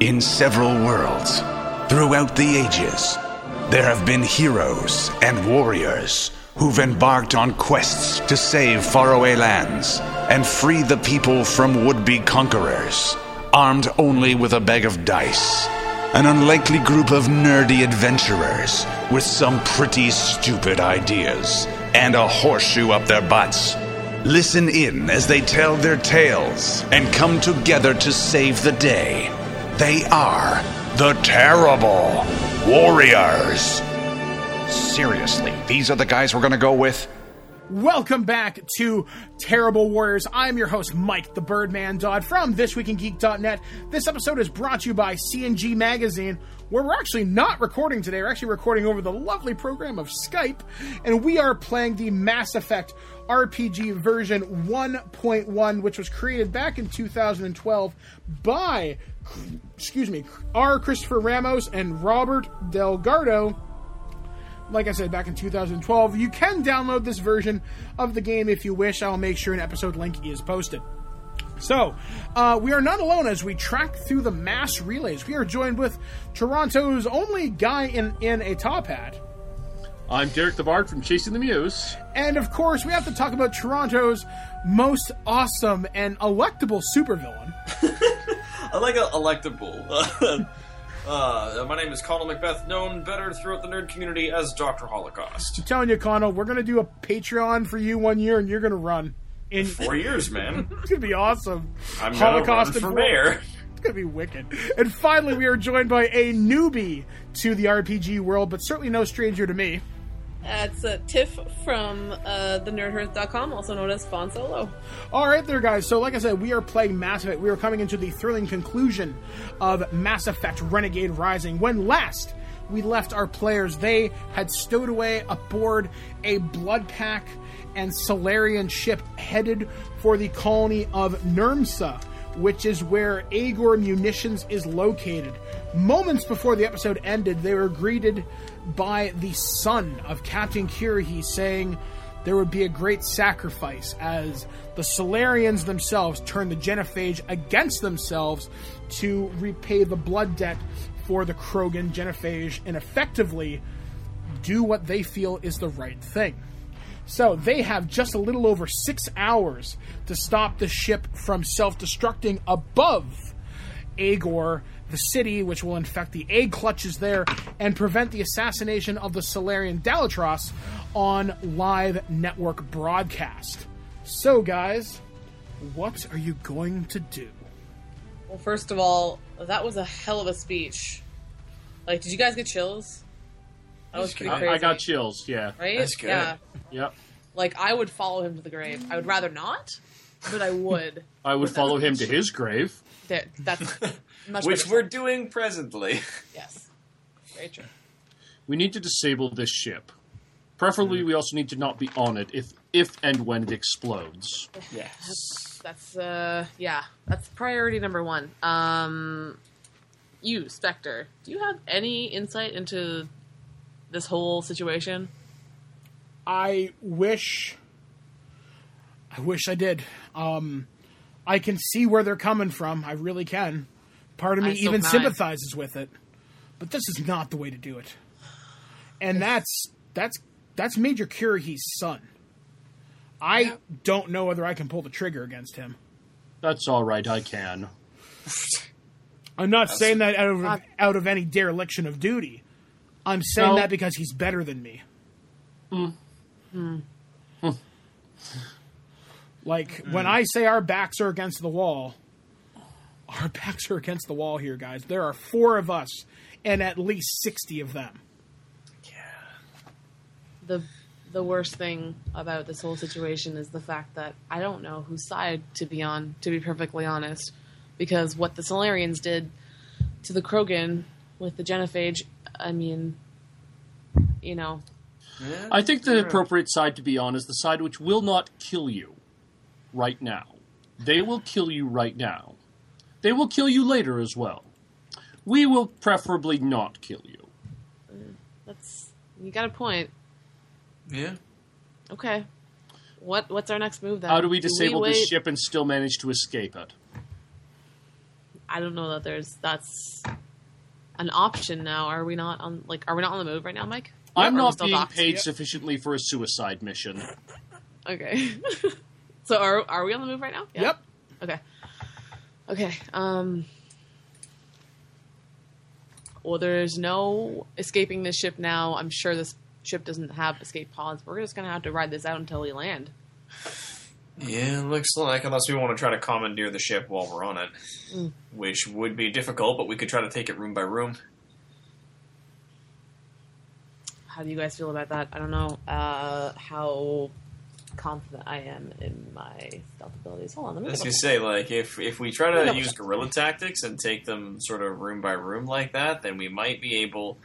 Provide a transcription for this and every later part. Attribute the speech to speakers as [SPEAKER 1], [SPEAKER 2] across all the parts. [SPEAKER 1] In several worlds, throughout the ages, there have been heroes and warriors who've embarked on quests to save faraway lands and free the people from would be conquerors, armed only with a bag of dice. An unlikely group of nerdy adventurers with some pretty stupid ideas and a horseshoe up their butts. Listen in as they tell their tales and come together to save the day. They are the Terrible Warriors. Seriously, these are the guys we're going to go with?
[SPEAKER 2] Welcome back to Terrible Warriors. I'm your host, Mike the Birdman Dodd from ThisWeekinGeek.net. This episode is brought to you by CNG Magazine, where we're actually not recording today. We're actually recording over the lovely program of Skype, and we are playing the Mass Effect RPG version 1.1, which was created back in 2012 by, excuse me, R. Christopher Ramos and Robert Delgado like I said, back in 2012. You can download this version of the game if you wish. I'll make sure an episode link is posted. So, uh, we are not alone as we track through the mass relays. We are joined with Toronto's only guy in, in a top hat.
[SPEAKER 3] I'm Derek the Bard from Chasing the Muse.
[SPEAKER 2] And of course, we have to talk about Toronto's most awesome and electable supervillain.
[SPEAKER 4] I like a electable. Uh, my name is Connell Macbeth, known better throughout the nerd community as Dr. Holocaust.
[SPEAKER 2] I'm telling you, Connell, we're going to do a Patreon for you one year and you're going to run. In
[SPEAKER 4] Four years, man.
[SPEAKER 2] It's going to be awesome.
[SPEAKER 4] I'm gonna run for
[SPEAKER 2] and
[SPEAKER 4] mayor.
[SPEAKER 2] It's going to be wicked. And finally, we are joined by a newbie to the RPG world, but certainly no stranger to me.
[SPEAKER 5] That's uh, Tiff from uh, thenerdhearth.com, also known as Fawn Solo.
[SPEAKER 2] All right, there, guys. So, like I said, we are playing Mass Effect. We are coming into the thrilling conclusion of Mass Effect Renegade Rising. When last we left our players, they had stowed away aboard a blood pack and Solarian ship headed for the colony of Nermsa, which is where Agor Munitions is located. Moments before the episode ended, they were greeted by the son of Captain Kirihi saying, there would be a great sacrifice as the Solarians themselves turn the Genophage against themselves to repay the blood debt for the Krogan Genophage and effectively do what they feel is the right thing. So they have just a little over six hours to stop the ship from self destructing above Agor, the city, which will infect the egg clutches there and prevent the assassination of the Solarian Dalatros on live network broadcast. So, guys, what are you going to do?
[SPEAKER 5] Well, first of all, that was a hell of a speech. Like, did you guys get chills? That was pretty
[SPEAKER 3] I,
[SPEAKER 5] crazy.
[SPEAKER 3] I got chills, yeah.
[SPEAKER 5] Right?
[SPEAKER 4] That's good.
[SPEAKER 5] Yeah.
[SPEAKER 3] Yep.
[SPEAKER 5] Like, I would follow him to the grave. I would rather not, but I would.
[SPEAKER 3] I would follow him to his grave.
[SPEAKER 5] that, that's much
[SPEAKER 4] Which
[SPEAKER 5] better.
[SPEAKER 4] we're doing presently.
[SPEAKER 5] Yes. Very true.
[SPEAKER 3] We need to disable this ship. Preferably,
[SPEAKER 5] Hmm.
[SPEAKER 3] we also need to not be on it if, if and when it explodes.
[SPEAKER 4] Yes.
[SPEAKER 5] That's, uh, yeah. That's priority number one. Um, you, Spectre, do you have any insight into this whole situation?
[SPEAKER 2] I wish. I wish I did. Um, I can see where they're coming from. I really can. Part of me
[SPEAKER 5] I still
[SPEAKER 2] even
[SPEAKER 5] can I.
[SPEAKER 2] sympathizes with it, but this is not the way to do it. And that's that's that's Major Curie's son. I don't know whether I can pull the trigger against him.
[SPEAKER 3] That's alright, I can.
[SPEAKER 2] I'm not saying that out of
[SPEAKER 5] I'm-
[SPEAKER 2] out of any dereliction of duty. I'm saying
[SPEAKER 3] No. Mm.
[SPEAKER 2] that because he's better than me. Hmm. Like
[SPEAKER 3] Hmm.
[SPEAKER 2] when I say our backs are against the wall, our backs are against the wall here, guys. There are four of us and at least sixty of them.
[SPEAKER 5] the the worst thing about this whole situation is the fact that I don't know whose side to be on, to be perfectly honest, because what the Solarians did to the Krogan with the Genophage, I mean, you know,
[SPEAKER 3] I think
[SPEAKER 5] Hmm.
[SPEAKER 3] the appropriate side to be on is the side which will not kill you right now. They will kill you right now. They will kill you later as well. We will preferably not kill you.
[SPEAKER 5] that's you got a point.
[SPEAKER 4] Yeah.
[SPEAKER 5] Okay, what what's our next move then?
[SPEAKER 3] How do we disable this
[SPEAKER 5] wait-
[SPEAKER 3] ship and still manage to escape it?
[SPEAKER 5] I don't know that there's that's an option now. Are we not on like are we not on the move right now, Mike?
[SPEAKER 3] I'm
[SPEAKER 5] Or are we
[SPEAKER 3] not
[SPEAKER 5] still
[SPEAKER 3] being
[SPEAKER 5] docked?
[SPEAKER 3] paid sufficiently for a suicide mission.
[SPEAKER 5] Okay. so are are we on the move right now? Yeah.
[SPEAKER 2] Yep.
[SPEAKER 5] Okay. Okay. Um. Well, there's no escaping this ship now. I'm sure this ship doesn't have escape pods. We're just gonna have to ride this out until we land.
[SPEAKER 4] Yeah, looks like unless we want to try to commandeer the ship while we're on it, which would be difficult, but we could try to take it room by room.
[SPEAKER 5] How do you guys feel about that? I don't know uh, how confident I am in my stealth abilities. Hold on, let me.
[SPEAKER 4] As
[SPEAKER 5] look
[SPEAKER 4] you
[SPEAKER 5] up-
[SPEAKER 4] say, like if if we try
[SPEAKER 5] No,
[SPEAKER 4] to
[SPEAKER 5] no.
[SPEAKER 4] use guerrilla tactics and take them sort of room by room like that, then we might be able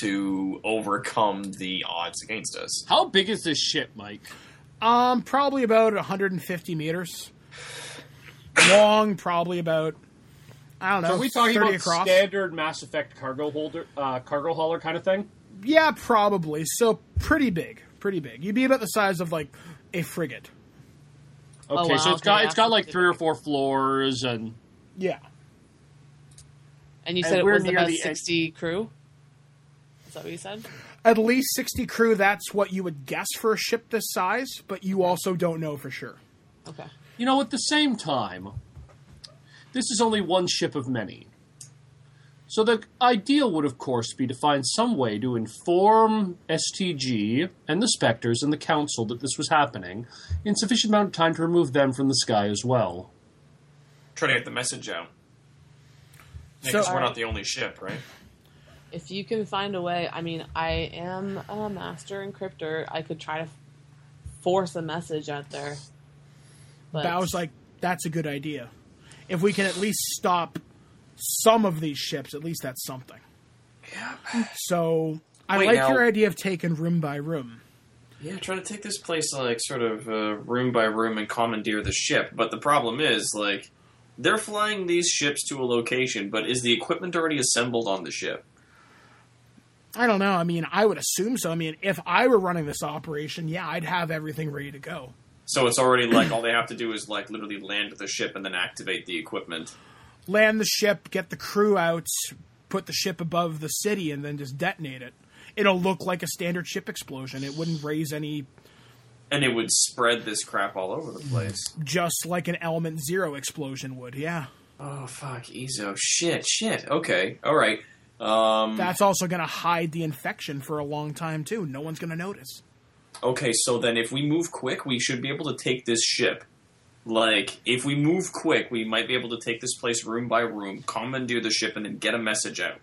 [SPEAKER 4] to overcome the odds against us.
[SPEAKER 3] How big is this ship, Mike?
[SPEAKER 2] Um, probably about 150 meters. Long, probably about. I don't know.
[SPEAKER 3] Are we talking
[SPEAKER 2] 30
[SPEAKER 3] about
[SPEAKER 2] across?
[SPEAKER 3] standard Mass Effect cargo holder, uh, cargo hauler kind of thing?
[SPEAKER 2] Yeah, probably. So pretty big, pretty big. You'd be about the size of like a frigate.
[SPEAKER 3] Oh, Okay,
[SPEAKER 5] wow,
[SPEAKER 3] so it's
[SPEAKER 5] okay,
[SPEAKER 3] got
[SPEAKER 5] yeah.
[SPEAKER 3] it's got like three or four floors, and
[SPEAKER 2] Yeah.
[SPEAKER 5] and you
[SPEAKER 3] and
[SPEAKER 5] said it
[SPEAKER 3] Uh, we're
[SPEAKER 5] was
[SPEAKER 3] near
[SPEAKER 5] about
[SPEAKER 3] the edge-
[SPEAKER 5] sixty crew. Is that what you said?
[SPEAKER 2] At least 60 crew, that's what you would guess for a ship this size, but you also don't know for sure.
[SPEAKER 5] Okay.
[SPEAKER 3] you know, at the same time, this is only one ship of many. So the ideal would, of course, be to find some way to inform STG and the Spectres and the Council that this was happening in sufficient amount of time to remove them from the sky as well.
[SPEAKER 4] Try to get the message out.
[SPEAKER 2] So-
[SPEAKER 4] Because we're not the only ship, right?
[SPEAKER 5] If you can find a way, I mean, I am a master encryptor. I could try to f- force a message out there. But
[SPEAKER 2] Bow's like, that's a good idea. If we can at least stop some of these ships, at least that's something. Yeah. So I
[SPEAKER 4] Wait,
[SPEAKER 2] like
[SPEAKER 4] now-
[SPEAKER 2] your idea of taking room by room.
[SPEAKER 4] Yeah, try to take this place like sort of uh, room by room and commandeer the ship. But the problem is like they're flying these ships to a location, but is the equipment already assembled on the ship?
[SPEAKER 2] I don't know. I mean, I would assume so. I mean, if I were running this operation, yeah, I'd have everything ready to go.
[SPEAKER 4] So it's already like all they have to do is like literally land the ship and then activate the equipment.
[SPEAKER 2] Land the ship, get the crew out, put the ship above the city, and then just detonate it. It'll look like a standard ship explosion. It wouldn't raise any,
[SPEAKER 4] And it would spread this crap all over the place.
[SPEAKER 2] just like an element zero explosion would. Yeah.
[SPEAKER 4] Oh fuck, Ezo. Shit, shit. Okay, alright. Um
[SPEAKER 2] That's also going to hide the infection for a long time, too. No one's going to notice.
[SPEAKER 4] okay, so then if we move quick, we should be able to take this ship. Like, if we move quick, we might be able to take this place room by room, commandeer the ship, and then get a message out.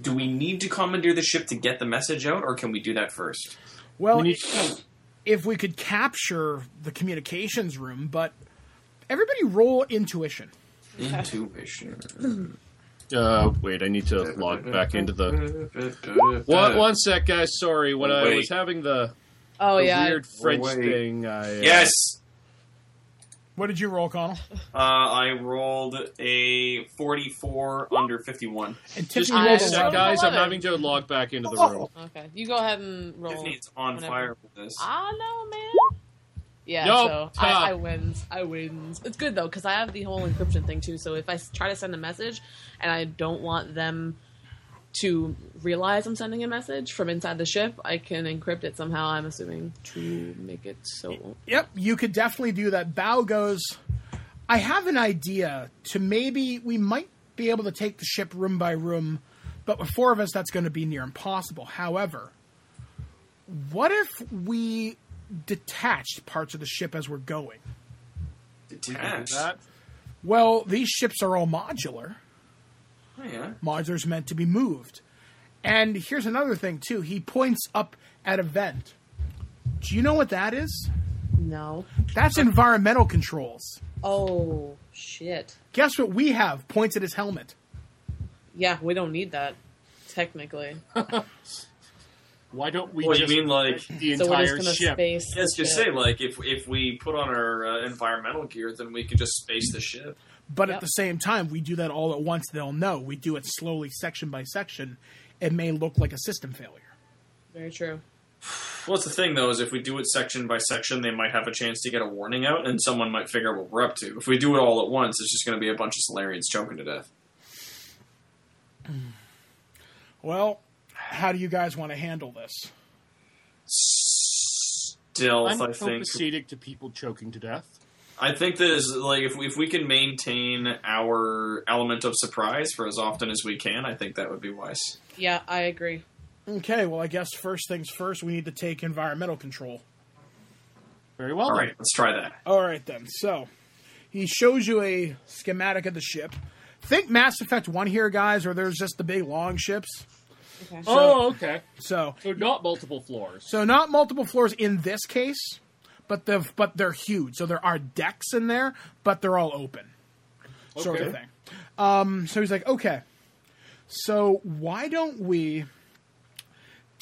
[SPEAKER 4] Do we need to commandeer the ship to get the message out, or can we do that first?
[SPEAKER 2] Well,
[SPEAKER 3] We need-
[SPEAKER 2] if we could capture the communications room, but everybody roll intuition.
[SPEAKER 4] Intuition.
[SPEAKER 3] Uh, wait, I need to log back into the. One, one sec, guys. Sorry, when I
[SPEAKER 4] Wait.
[SPEAKER 3] was having the,
[SPEAKER 5] oh
[SPEAKER 3] the
[SPEAKER 5] yeah,
[SPEAKER 3] weird French
[SPEAKER 4] Wait.
[SPEAKER 3] thing, I. uh,
[SPEAKER 4] Yes!
[SPEAKER 2] What did you roll, Connell?
[SPEAKER 4] Uh, I rolled a 44 under 51.
[SPEAKER 2] And
[SPEAKER 3] Just
[SPEAKER 2] Tiffany
[SPEAKER 5] I
[SPEAKER 3] one
[SPEAKER 2] rolled
[SPEAKER 5] roll
[SPEAKER 3] sec,
[SPEAKER 2] eleven.
[SPEAKER 5] rolled a
[SPEAKER 3] guys. I'm
[SPEAKER 5] one.
[SPEAKER 3] having to log back into the
[SPEAKER 2] Oh.
[SPEAKER 3] room.
[SPEAKER 5] okay. You go ahead and roll.
[SPEAKER 4] Tiffany's on
[SPEAKER 5] whenever.
[SPEAKER 4] fire with this.
[SPEAKER 3] Ah.
[SPEAKER 5] I know, man. Yeah,
[SPEAKER 3] Nope.
[SPEAKER 5] so
[SPEAKER 3] Ah.
[SPEAKER 5] I, I wins. I wins. It's good though because I have the whole encryption thing too. So if I s- try to send a message, and I don't want them to realize I'm sending a message from inside the ship, I can encrypt it somehow. I'm assuming to make it so. it won't-
[SPEAKER 2] Yep, you could definitely do that. Bow goes, I have an idea to maybe we might be able to take the ship room by room, but with four of us, that's going to be near impossible. However, what if we detached parts of the ship as we're going?
[SPEAKER 4] Detached.
[SPEAKER 3] That-
[SPEAKER 2] Well, these ships are all modular.
[SPEAKER 4] Oh, yeah.
[SPEAKER 2] Modular's meant to be moved. And here's another thing, too. He points up at a vent. Do you know what that is?
[SPEAKER 5] No.
[SPEAKER 2] That's environmental controls.
[SPEAKER 5] Oh shit.
[SPEAKER 2] Guess what we have? Points at his helmet.
[SPEAKER 5] Yeah, we don't need that. Technically,
[SPEAKER 3] Why don't we
[SPEAKER 4] Well, you
[SPEAKER 3] just
[SPEAKER 4] mean like
[SPEAKER 3] the
[SPEAKER 5] so we're just
[SPEAKER 3] entire
[SPEAKER 5] gonna
[SPEAKER 3] ship?
[SPEAKER 5] space.
[SPEAKER 4] Yes,
[SPEAKER 5] the
[SPEAKER 4] just
[SPEAKER 5] ship.
[SPEAKER 4] say like if if we put on our uh, environmental gear, then we can just space the ship.
[SPEAKER 2] But at
[SPEAKER 5] Yep.
[SPEAKER 2] the same time, we do that all at once, they'll know. We do it slowly, section by section. It may look like a system failure.
[SPEAKER 5] Very true.
[SPEAKER 4] Well, that's the thing though, is if we do it section by section, they might have a chance to get a warning out, and someone might figure out what we're up to. If we do it all at once, it's just going to be a bunch of Solarians choking to death.
[SPEAKER 2] Well, how do you guys want to handle this?
[SPEAKER 4] Stealth,
[SPEAKER 3] I'm
[SPEAKER 4] I think.
[SPEAKER 3] copacetic to people choking to death.
[SPEAKER 4] I think there's like if we, if we can maintain our element of surprise for as often as we can, I think that would be wise.
[SPEAKER 5] Yeah, I agree.
[SPEAKER 2] Okay, well, I guess first things first, we need to take environmental control.
[SPEAKER 3] Very well.
[SPEAKER 4] All
[SPEAKER 3] then.
[SPEAKER 4] right, let's try that.
[SPEAKER 2] All right, then. So he shows you a schematic of the ship. Think Mass Effect 1 here, guys, or there's just the big long ships.
[SPEAKER 5] Okay.
[SPEAKER 3] Oh, okay.
[SPEAKER 2] So,
[SPEAKER 3] So not multiple floors.
[SPEAKER 2] so not multiple floors in this case, but the but they're huge. So there are decks in there, but they're all open, sort of
[SPEAKER 3] Okay.
[SPEAKER 2] thing. Um, so he's like, okay, so why don't we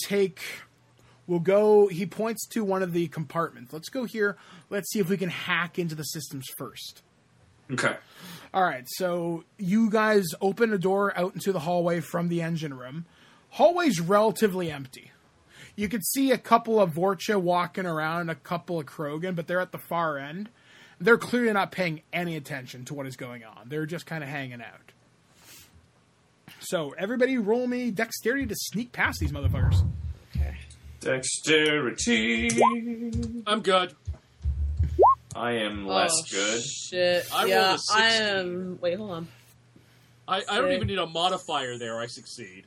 [SPEAKER 2] take? We'll go. He points to one of the compartments. Let's go here. Let's see if we can hack into the systems first.
[SPEAKER 4] Okay.
[SPEAKER 2] All right, so you guys open a door out into the hallway from the engine room. Hallway's relatively empty. You could see a couple of Vorcha walking around, a couple of Krogan, but they're at the far end. They're clearly not paying any attention to what is going on. They're just kind of hanging out. So everybody, roll me dexterity to sneak past these motherfuckers.
[SPEAKER 4] Dexterity.
[SPEAKER 3] I'm good.
[SPEAKER 4] I am less
[SPEAKER 5] oh,
[SPEAKER 4] good.
[SPEAKER 5] Shit.
[SPEAKER 3] I rolled a
[SPEAKER 5] yeah, I
[SPEAKER 3] 16.
[SPEAKER 5] am. Wait, hold on.
[SPEAKER 3] I, I don't
[SPEAKER 5] Sick.
[SPEAKER 3] even need a modifier there. I succeed.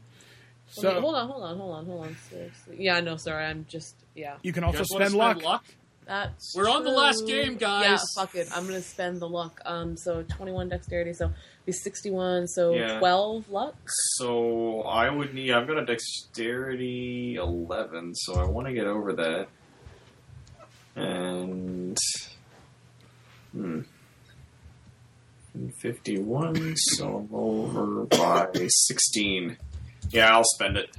[SPEAKER 5] So, hold
[SPEAKER 2] So
[SPEAKER 5] on, hold on, hold on, hold on. Seriously. Yeah, no, sorry. I'm just. Yeah.
[SPEAKER 2] you can
[SPEAKER 3] You
[SPEAKER 2] also
[SPEAKER 3] guys wanna
[SPEAKER 2] spend luck.
[SPEAKER 5] That's
[SPEAKER 3] We're on the
[SPEAKER 5] true.
[SPEAKER 3] last game, guys.
[SPEAKER 5] Yeah, fuck it. I'm gonna spend the luck. Um, so 21 dexterity, so be 61, so
[SPEAKER 4] Yeah.
[SPEAKER 5] 12 luck.
[SPEAKER 4] So I would need. I've got a dexterity eleven, so I want to get over that. And hmm, fifty-one. So I'm over by sixteen. Yeah, I'll spend it.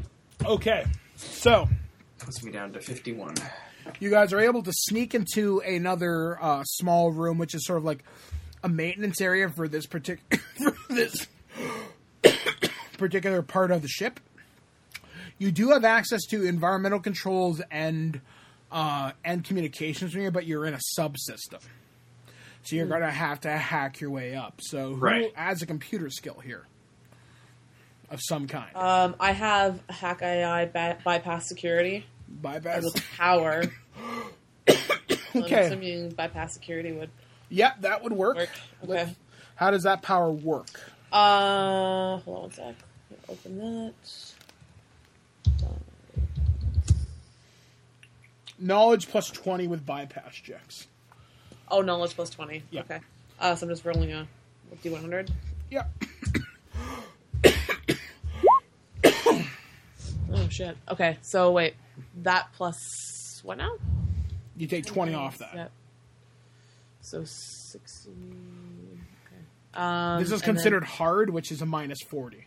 [SPEAKER 2] Okay, so
[SPEAKER 4] Puts me down to fifty-one.
[SPEAKER 2] you guys are able to sneak into another uh, small room, which is sort of like a maintenance area for this particular for this particular part of the ship. You do have access to environmental controls and uh, and communications from here, but you're in a subsystem, so you're gonna have to hack your way up. So, who
[SPEAKER 4] Right.
[SPEAKER 2] adds a computer skill here of some kind?
[SPEAKER 5] Um, I have hack AI by- bypass security
[SPEAKER 2] Bypass.
[SPEAKER 5] with power.
[SPEAKER 2] Okay.
[SPEAKER 5] I'm assuming bypass security would
[SPEAKER 2] Yep, that would work.
[SPEAKER 5] work. Okay.
[SPEAKER 2] How does that power work?
[SPEAKER 5] Uh, hold on one sec. Open that.
[SPEAKER 2] knowledge plus 20 with bypass checks.
[SPEAKER 5] Oh, knowledge plus 20.
[SPEAKER 2] Yeah.
[SPEAKER 5] Okay. Uh, so I'm just rolling a D100.
[SPEAKER 2] Yep.
[SPEAKER 5] Oh, shit. Okay, so wait. That plus what now?
[SPEAKER 2] You take 20 off that.
[SPEAKER 5] Yep. So 60. Okay. Um,
[SPEAKER 2] This is
[SPEAKER 5] and
[SPEAKER 2] considered hard, which is a minus 40.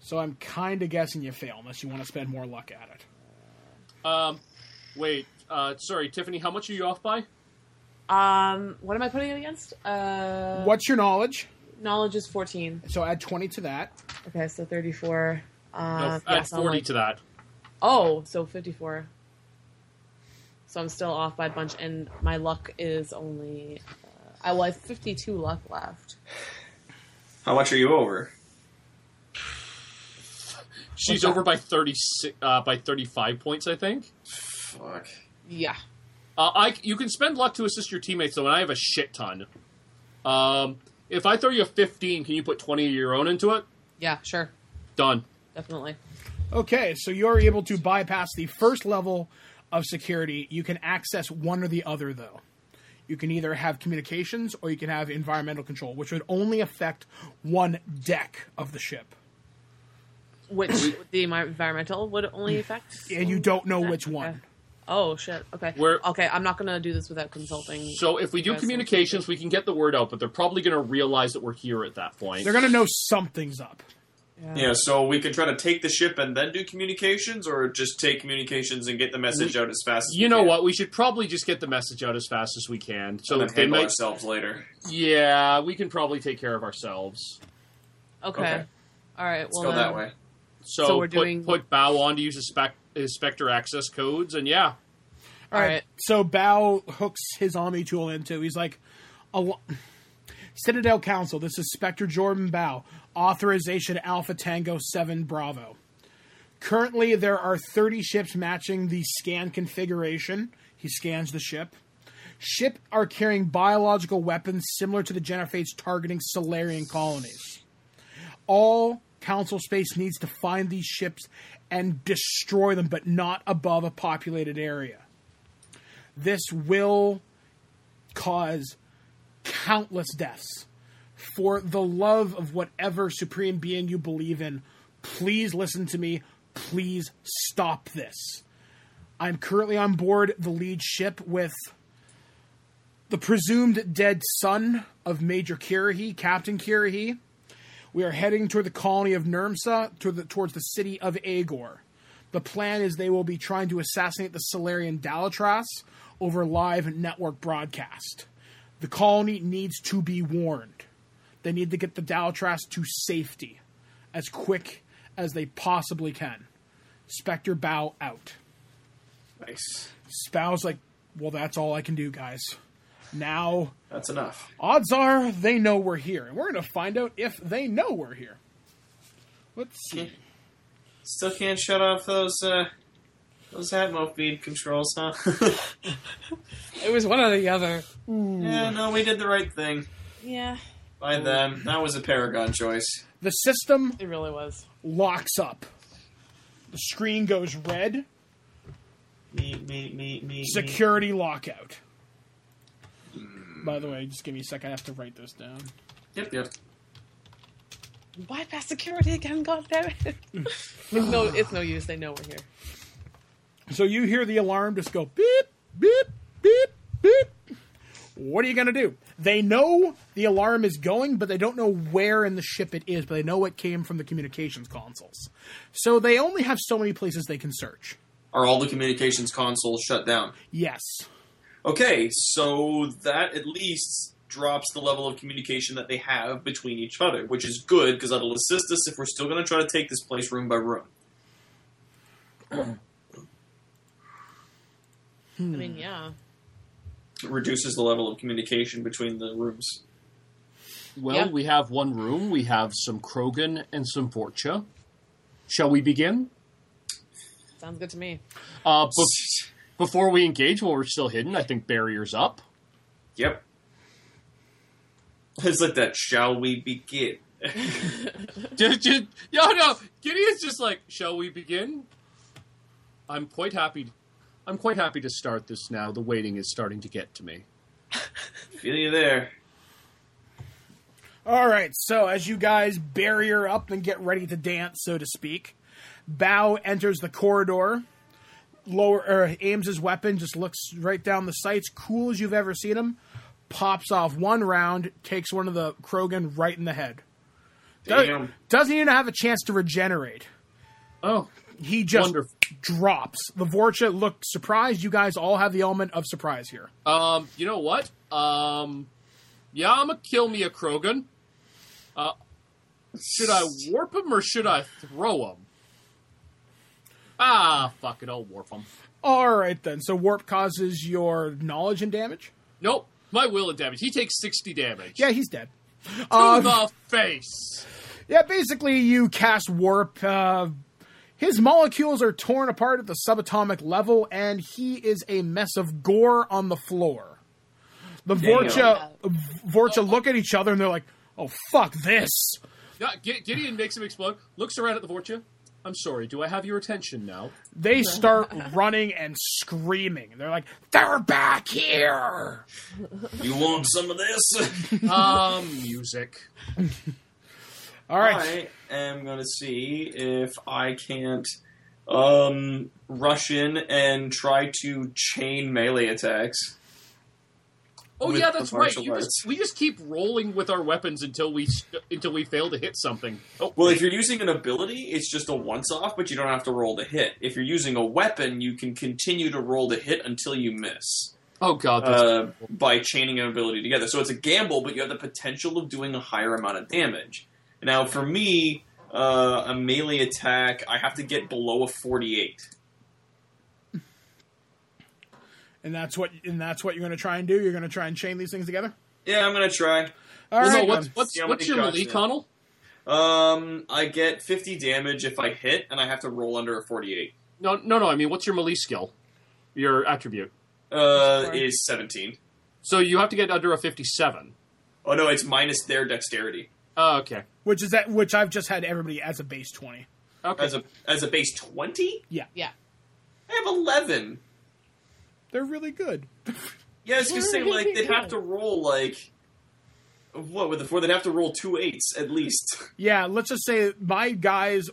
[SPEAKER 2] So I'm kind of guessing you fail unless you want to spend more luck at it.
[SPEAKER 3] Um, wait. Uh, sorry, Tiffany. How much are you off by?
[SPEAKER 5] Then, um, what am I putting it against? Uh,
[SPEAKER 2] What's your knowledge?
[SPEAKER 5] Knowledge is 14.
[SPEAKER 2] So add 20 to that.
[SPEAKER 5] Okay, so 34.
[SPEAKER 3] No,
[SPEAKER 5] Uh,
[SPEAKER 3] add
[SPEAKER 5] yeah, so I'm
[SPEAKER 3] forty
[SPEAKER 5] like-
[SPEAKER 3] to that.
[SPEAKER 5] Oh, so 54. So I'm still off by a bunch, and my luck is only. Uh, I well, I have 52 luck left.
[SPEAKER 4] How much are you over?
[SPEAKER 3] She's
[SPEAKER 5] What's that?
[SPEAKER 3] over by thirty six uh, by thirty five points, I think.
[SPEAKER 4] Fuck.
[SPEAKER 5] Yeah.
[SPEAKER 3] Uh, I you can spend luck to assist your teammates though, and I have a shit ton. Um, if I throw you a fifteen, can you put twenty of your own into it?
[SPEAKER 5] Yeah, sure.
[SPEAKER 3] Done.
[SPEAKER 5] Definitely.
[SPEAKER 2] Okay, so you're able to bypass the first level of security. You can access one or the other, though. You can either have communications or you can have environmental control, which would only affect one deck of the ship.
[SPEAKER 5] Which the envi- environmental would only affect.
[SPEAKER 2] And you don't know
[SPEAKER 5] Okay.
[SPEAKER 2] which one.
[SPEAKER 5] Oh shit. Okay.
[SPEAKER 3] We're-
[SPEAKER 5] okay, I'm not gonna do this without consulting.
[SPEAKER 3] So if we do
[SPEAKER 5] Yes,
[SPEAKER 3] communications, we can get the word out, but they're probably going to realize that we're here at that point.
[SPEAKER 2] They're going to know something's up.
[SPEAKER 4] Yeah, so we could try to take the ship and then do communications, or just take communications and get the message out as fast as
[SPEAKER 3] you
[SPEAKER 4] we
[SPEAKER 3] know
[SPEAKER 4] can,
[SPEAKER 3] what? We should probably just get the message out as fast as we can, so
[SPEAKER 4] and then
[SPEAKER 3] that they
[SPEAKER 4] handle
[SPEAKER 3] might.
[SPEAKER 4] ourselves later.
[SPEAKER 3] Yeah, we can probably take care of ourselves.
[SPEAKER 5] okay.
[SPEAKER 4] okay.
[SPEAKER 5] All right.
[SPEAKER 4] Let's
[SPEAKER 5] well,
[SPEAKER 4] go
[SPEAKER 5] then,
[SPEAKER 4] that way.
[SPEAKER 3] So,
[SPEAKER 5] So we're
[SPEAKER 3] put,
[SPEAKER 5] doing-
[SPEAKER 3] put Bow on to use his, spec, his Spectre access codes, and yeah,
[SPEAKER 5] All right.
[SPEAKER 2] So Bao hooks his Omni tool into. He's like, "Al- Citadel Council. This is Spectre Jordan Bao. Authorization Alpha Tango Seven Bravo. Currently, there are 30 ships matching the scan configuration. He scans the ship. Ship are carrying biological weapons similar to the Genophage targeting Solarian colonies. All Council space needs to find these ships and destroy them, but not above a populated area this will cause countless deaths. For the love of whatever supreme being you believe in, please listen to me. Please stop this. I'm currently on board the lead ship with the presumed dead son of Major Kirahi, Captain Kirahi. We are heading toward the colony of Nermsa, toward the, towards the city of Agor. The plan is they will be trying to assassinate the Solarian Dalatras over live network broadcast. The colony needs to be warned. They need to get the Dalatras to safety as quick as they possibly can. Spectre bow out.
[SPEAKER 4] Nice.
[SPEAKER 2] Spow's like, well, that's all I can do, guys. Now,
[SPEAKER 4] That's enough.
[SPEAKER 2] odds are they know we're here, and we're going to find out if they know we're here. Let's see.
[SPEAKER 4] Still can't shut off those uh, those Atmo feed controls, huh?
[SPEAKER 5] It was one or the other.
[SPEAKER 4] yeah, no, we did the right thing
[SPEAKER 5] Yeah,
[SPEAKER 4] by them. That was a Paragon choice.
[SPEAKER 2] The system
[SPEAKER 5] it really was.
[SPEAKER 2] locks up. The screen goes red.
[SPEAKER 4] Me, me, me, me. me.
[SPEAKER 2] Security lockout. By the way, just give me a second. I have to write this down.
[SPEAKER 4] Yep, yep.
[SPEAKER 5] Bypass security again. God damn it! it's no, it's no use. They know we're here.
[SPEAKER 2] So you hear the alarm just go beep, beep, beep, beep. What are you going to do? They know the alarm is going, but they don't know where in the ship it is, but they know it came from the communications consoles. So they only have so many places they can search.
[SPEAKER 4] Are all the communications consoles shut down?
[SPEAKER 2] Yes.
[SPEAKER 4] Okay, so that at least drops the level of communication that they have between each other, which is good because that'll assist us if we're still going to try to take this place room by room.
[SPEAKER 5] I mean, yeah.
[SPEAKER 4] It reduces the level of communication between the rooms.
[SPEAKER 3] well,
[SPEAKER 5] Yeah.
[SPEAKER 3] we have one room. We have some Krogan and some Vorcha. Shall we begin?
[SPEAKER 5] Sounds good to me.
[SPEAKER 3] Uh, bef- before we engage, while we're still hidden, I think barriers up.
[SPEAKER 4] Yep. It's like that. Shall we begin?
[SPEAKER 3] Just, just, yo, no, Gideon's just like, shall we begin? I'm quite happy. I'm quite happy to start this now. The waiting is starting to get to me.
[SPEAKER 4] Feel you there.
[SPEAKER 2] All right, so as you guys barrier up and get ready to dance, so to speak, Bao enters the corridor, lower er, aims his weapon, just looks right down the sights, cool as you've ever seen him, pops off one round, takes one of the Krogan right in the head. Does-
[SPEAKER 4] Damn.
[SPEAKER 2] Doesn't even have a chance to regenerate.
[SPEAKER 3] Oh,
[SPEAKER 2] He just
[SPEAKER 3] Wonderful.
[SPEAKER 2] drops. The Vorcha looked surprised. You guys all have the element of surprise here.
[SPEAKER 3] um, you know what? Um, yeah, I'm gonna kill me a Krogan. Uh, should I warp him or should I throw him? Ah, fuck it, I'll warp him.
[SPEAKER 2] All right then. So warp causes your knowledge and damage.
[SPEAKER 3] Nope, my will and damage. He takes sixty damage.
[SPEAKER 2] Yeah, he's dead.
[SPEAKER 3] to
[SPEAKER 4] um,
[SPEAKER 3] the face.
[SPEAKER 2] Yeah, basically, you cast warp. Uh, his molecules are torn apart at the subatomic level, and he is a mess of gore on the floor. The Vorcha, Vorcha look at each other and they're like, "Oh fuck this!"
[SPEAKER 3] Yeah, G- Gideon makes him explode. Looks around at the Vorcha. I'm sorry. Do I have your attention now?
[SPEAKER 2] They start running and screaming. They're like, "They're back here!"
[SPEAKER 4] You want some of this?
[SPEAKER 3] Um, music.
[SPEAKER 2] All right,
[SPEAKER 4] I am going to see if I can't um, rush in and try to chain melee attacks.
[SPEAKER 3] Oh
[SPEAKER 4] With
[SPEAKER 3] yeah,
[SPEAKER 4] the
[SPEAKER 3] that's right.
[SPEAKER 4] martial
[SPEAKER 3] You
[SPEAKER 4] arts.
[SPEAKER 3] just, we just keep rolling with our weapons until we st- until we fail to hit something. Oh,
[SPEAKER 4] Well, if you're using an ability, it's just a once off, but you don't have to roll to hit. If you're using a weapon, you can continue to roll to hit until you miss
[SPEAKER 3] oh god. That's,
[SPEAKER 4] uh, by chaining an ability together. So it's a gamble, but you have the potential of doing a higher amount of damage. Now, for me, uh, uh, a melee attack. I have to get below a 48.
[SPEAKER 2] And that's what and that's what you're going to try and do. You're going to try and chain these things together.
[SPEAKER 4] Yeah, I'm gonna try.
[SPEAKER 2] All right.
[SPEAKER 3] Well, no,
[SPEAKER 2] then.
[SPEAKER 3] what's, what's,
[SPEAKER 4] See how
[SPEAKER 3] what's
[SPEAKER 4] many
[SPEAKER 3] your
[SPEAKER 4] shots
[SPEAKER 3] melee,
[SPEAKER 4] there.
[SPEAKER 3] Connell?
[SPEAKER 4] Um, I get 50 damage if I hit, and I have to roll under a 48.
[SPEAKER 3] No, no, no. I mean, what's your melee skill? Your attribute.
[SPEAKER 4] Uh,
[SPEAKER 2] Sorry.
[SPEAKER 4] is 17.
[SPEAKER 3] So you have to get under a 57.
[SPEAKER 4] Oh no, it's minus their dexterity
[SPEAKER 3] Uh, okay.
[SPEAKER 2] which is that which I've just had everybody as a base twenty.
[SPEAKER 3] Okay.
[SPEAKER 4] as a as a base 20.
[SPEAKER 5] Yeah.
[SPEAKER 4] I have 11.
[SPEAKER 2] They're really good.
[SPEAKER 4] Yeah, I was gonna say
[SPEAKER 5] Where
[SPEAKER 4] like
[SPEAKER 5] did
[SPEAKER 4] they'd
[SPEAKER 5] it
[SPEAKER 4] have to
[SPEAKER 5] go?
[SPEAKER 4] roll like what with the four? They'd have to roll two eights at least.
[SPEAKER 2] Yeah, let's just say my guys,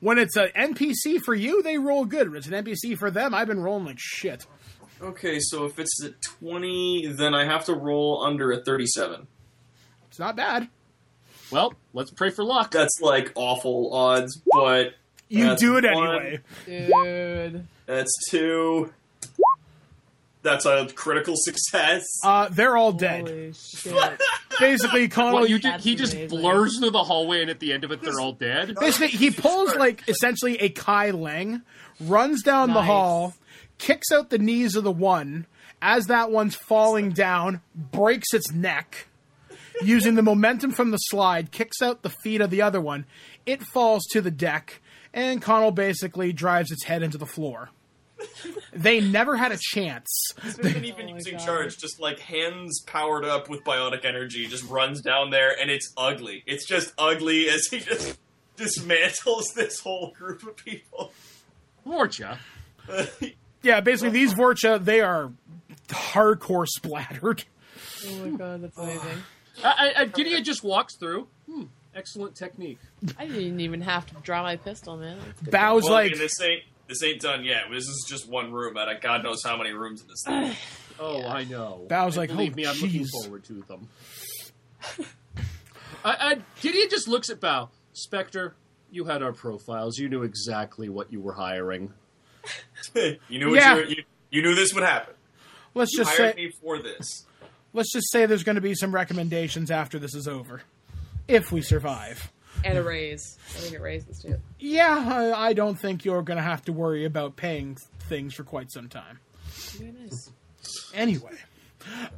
[SPEAKER 2] when it's an NPC for you, they roll good. When it's an NPC for them, I've been rolling like shit.
[SPEAKER 4] Okay, so if it's a 20, then I have to roll under a 37.
[SPEAKER 2] It's not bad.
[SPEAKER 3] well, let's pray for luck.
[SPEAKER 4] That's like awful odds, but
[SPEAKER 2] You
[SPEAKER 4] That's
[SPEAKER 2] do it
[SPEAKER 4] one.
[SPEAKER 2] anyway.
[SPEAKER 5] Dude.
[SPEAKER 4] that's two. That's a critical success.
[SPEAKER 2] Uh, they're all dead.
[SPEAKER 5] Holy shit.
[SPEAKER 2] Basically, Connell.
[SPEAKER 3] What you did,
[SPEAKER 5] that's
[SPEAKER 3] he just
[SPEAKER 5] amazing.
[SPEAKER 3] blurs through the hallway, and at the end of it, they're all dead.
[SPEAKER 2] Basically, he pulls like essentially a Kai Lang, runs down the
[SPEAKER 5] Nice.
[SPEAKER 2] hall, kicks out the knees of the one as that one's falling down, breaks its neck, using the momentum from the slide, kicks out the feet of the other one. It falls to the deck, and Connell basically drives its head into the floor. They never had a chance.
[SPEAKER 4] isn't even
[SPEAKER 5] Oh my
[SPEAKER 4] using
[SPEAKER 5] God.
[SPEAKER 4] charge, just like hands powered up with biotic energy, just runs down there, and it's ugly. It's just ugly as he just dismantles this whole group of people.
[SPEAKER 3] Morcha.
[SPEAKER 2] Yeah, basically these Vorcha, they are hardcore splattered.
[SPEAKER 5] Oh my god, that's amazing.
[SPEAKER 3] I, I, I, Gideon just walks through. Hmm. Excellent technique.
[SPEAKER 5] I didn't even have to draw my pistol, man. That's good.
[SPEAKER 2] Bow's
[SPEAKER 4] Well, I
[SPEAKER 2] like
[SPEAKER 4] mean, this ain't this ain't done yet. This is just one room out of God knows how many rooms in this thing.
[SPEAKER 3] Oh, I know.
[SPEAKER 2] That was
[SPEAKER 3] And
[SPEAKER 2] like,
[SPEAKER 3] believe
[SPEAKER 2] oh,
[SPEAKER 3] me, I'm looking
[SPEAKER 2] jeez.
[SPEAKER 3] forward to them. I, I, Gideon just looks at Bao. Spectre, you had our profiles. You knew exactly what you were hiring.
[SPEAKER 4] you knew what
[SPEAKER 2] Yeah.
[SPEAKER 4] you, were, you you knew this would happen.
[SPEAKER 2] let's
[SPEAKER 4] You
[SPEAKER 2] just
[SPEAKER 4] hired
[SPEAKER 2] say
[SPEAKER 4] me for this.
[SPEAKER 2] let's just say there's going to be some recommendations after this is over, if we survive.
[SPEAKER 5] And a raise. I think it raises too.
[SPEAKER 2] Yeah, I, I don't think you're going to have to worry about paying things for quite some time.
[SPEAKER 5] Very nice.
[SPEAKER 2] Anyway,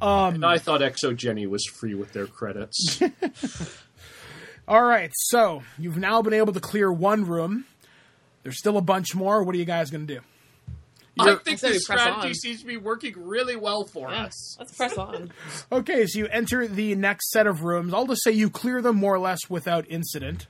[SPEAKER 3] And I thought Exo Jenny was free with their credits.
[SPEAKER 2] all right. So you've now been able to clear one room. There's still a bunch more. What are you guys going to do?
[SPEAKER 3] I think
[SPEAKER 5] I say we
[SPEAKER 3] this
[SPEAKER 5] press
[SPEAKER 3] strategy
[SPEAKER 5] on.
[SPEAKER 3] seems to be working really well for us.
[SPEAKER 5] Let's press on.
[SPEAKER 2] Okay, so you enter the next set of rooms. I'll just say you clear them more or less without incident.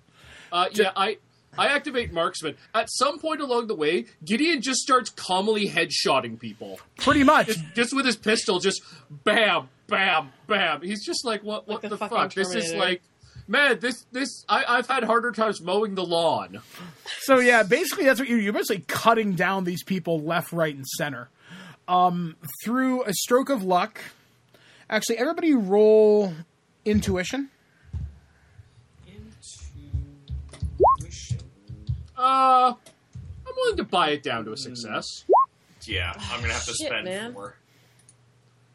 [SPEAKER 3] Uh, yeah, I I activate marksman. At some point along the way, Gideon just starts calmly headshotting people,
[SPEAKER 2] Pretty much.
[SPEAKER 3] just with his pistol, just bam, bam, bam. He's just like, what, what
[SPEAKER 5] Like a
[SPEAKER 3] the
[SPEAKER 5] fucking
[SPEAKER 3] fuck? This is
[SPEAKER 5] Terminator.
[SPEAKER 3] like, man, this this I, I've had harder times mowing the lawn.
[SPEAKER 2] So yeah, basically that's what you're, you're basically cutting down these people left, right, and center. Um, through a stroke of luck, actually, everybody roll intuition.
[SPEAKER 3] Uh, I'm willing to buy it down to a success.
[SPEAKER 4] Yeah, I'm gonna have to
[SPEAKER 5] Oh, Shit,
[SPEAKER 4] spend
[SPEAKER 5] man.
[SPEAKER 4] four.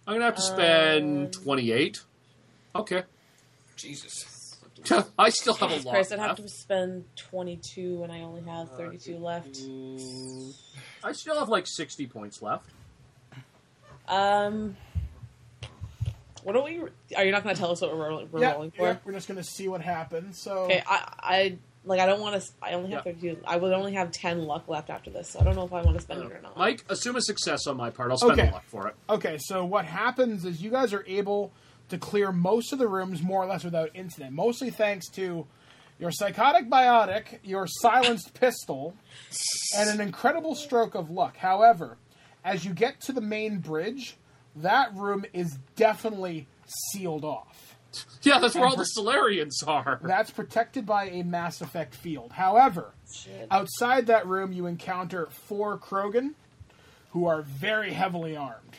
[SPEAKER 3] I'm gonna have to spend
[SPEAKER 5] Um,
[SPEAKER 3] 28. Okay,
[SPEAKER 4] Jesus.
[SPEAKER 3] I still have a lot.
[SPEAKER 5] Christ, I'd have
[SPEAKER 3] left.
[SPEAKER 5] to spend 22 and I only have 32 left.
[SPEAKER 3] I still have like 60 points left.
[SPEAKER 5] Um, what are we? Are you not going to tell us what we're rolling, we're rolling for?
[SPEAKER 2] we're just gonna see what happens. So
[SPEAKER 5] Okay, I, I like I don't want to. I only have
[SPEAKER 3] Yeah.
[SPEAKER 5] 32. I would only have 10 luck left after this, so I don't know if I want to spend it or not.
[SPEAKER 3] Mike, assume a success on my part. I'll spend
[SPEAKER 2] Okay.
[SPEAKER 3] a luck for it.
[SPEAKER 2] okay, so what happens is you guys are able to clear most of the rooms more or less without incident, mostly thanks to your psychotic biotic, your silenced pistol, and an incredible stroke of luck. However, as you get to the main bridge, that room is definitely sealed off.
[SPEAKER 3] Yeah, that's where all the Solarians are.
[SPEAKER 2] That's protected by a Mass Effect field. However,
[SPEAKER 5] Shit.
[SPEAKER 2] outside that room, you encounter four Krogan who are very heavily armed.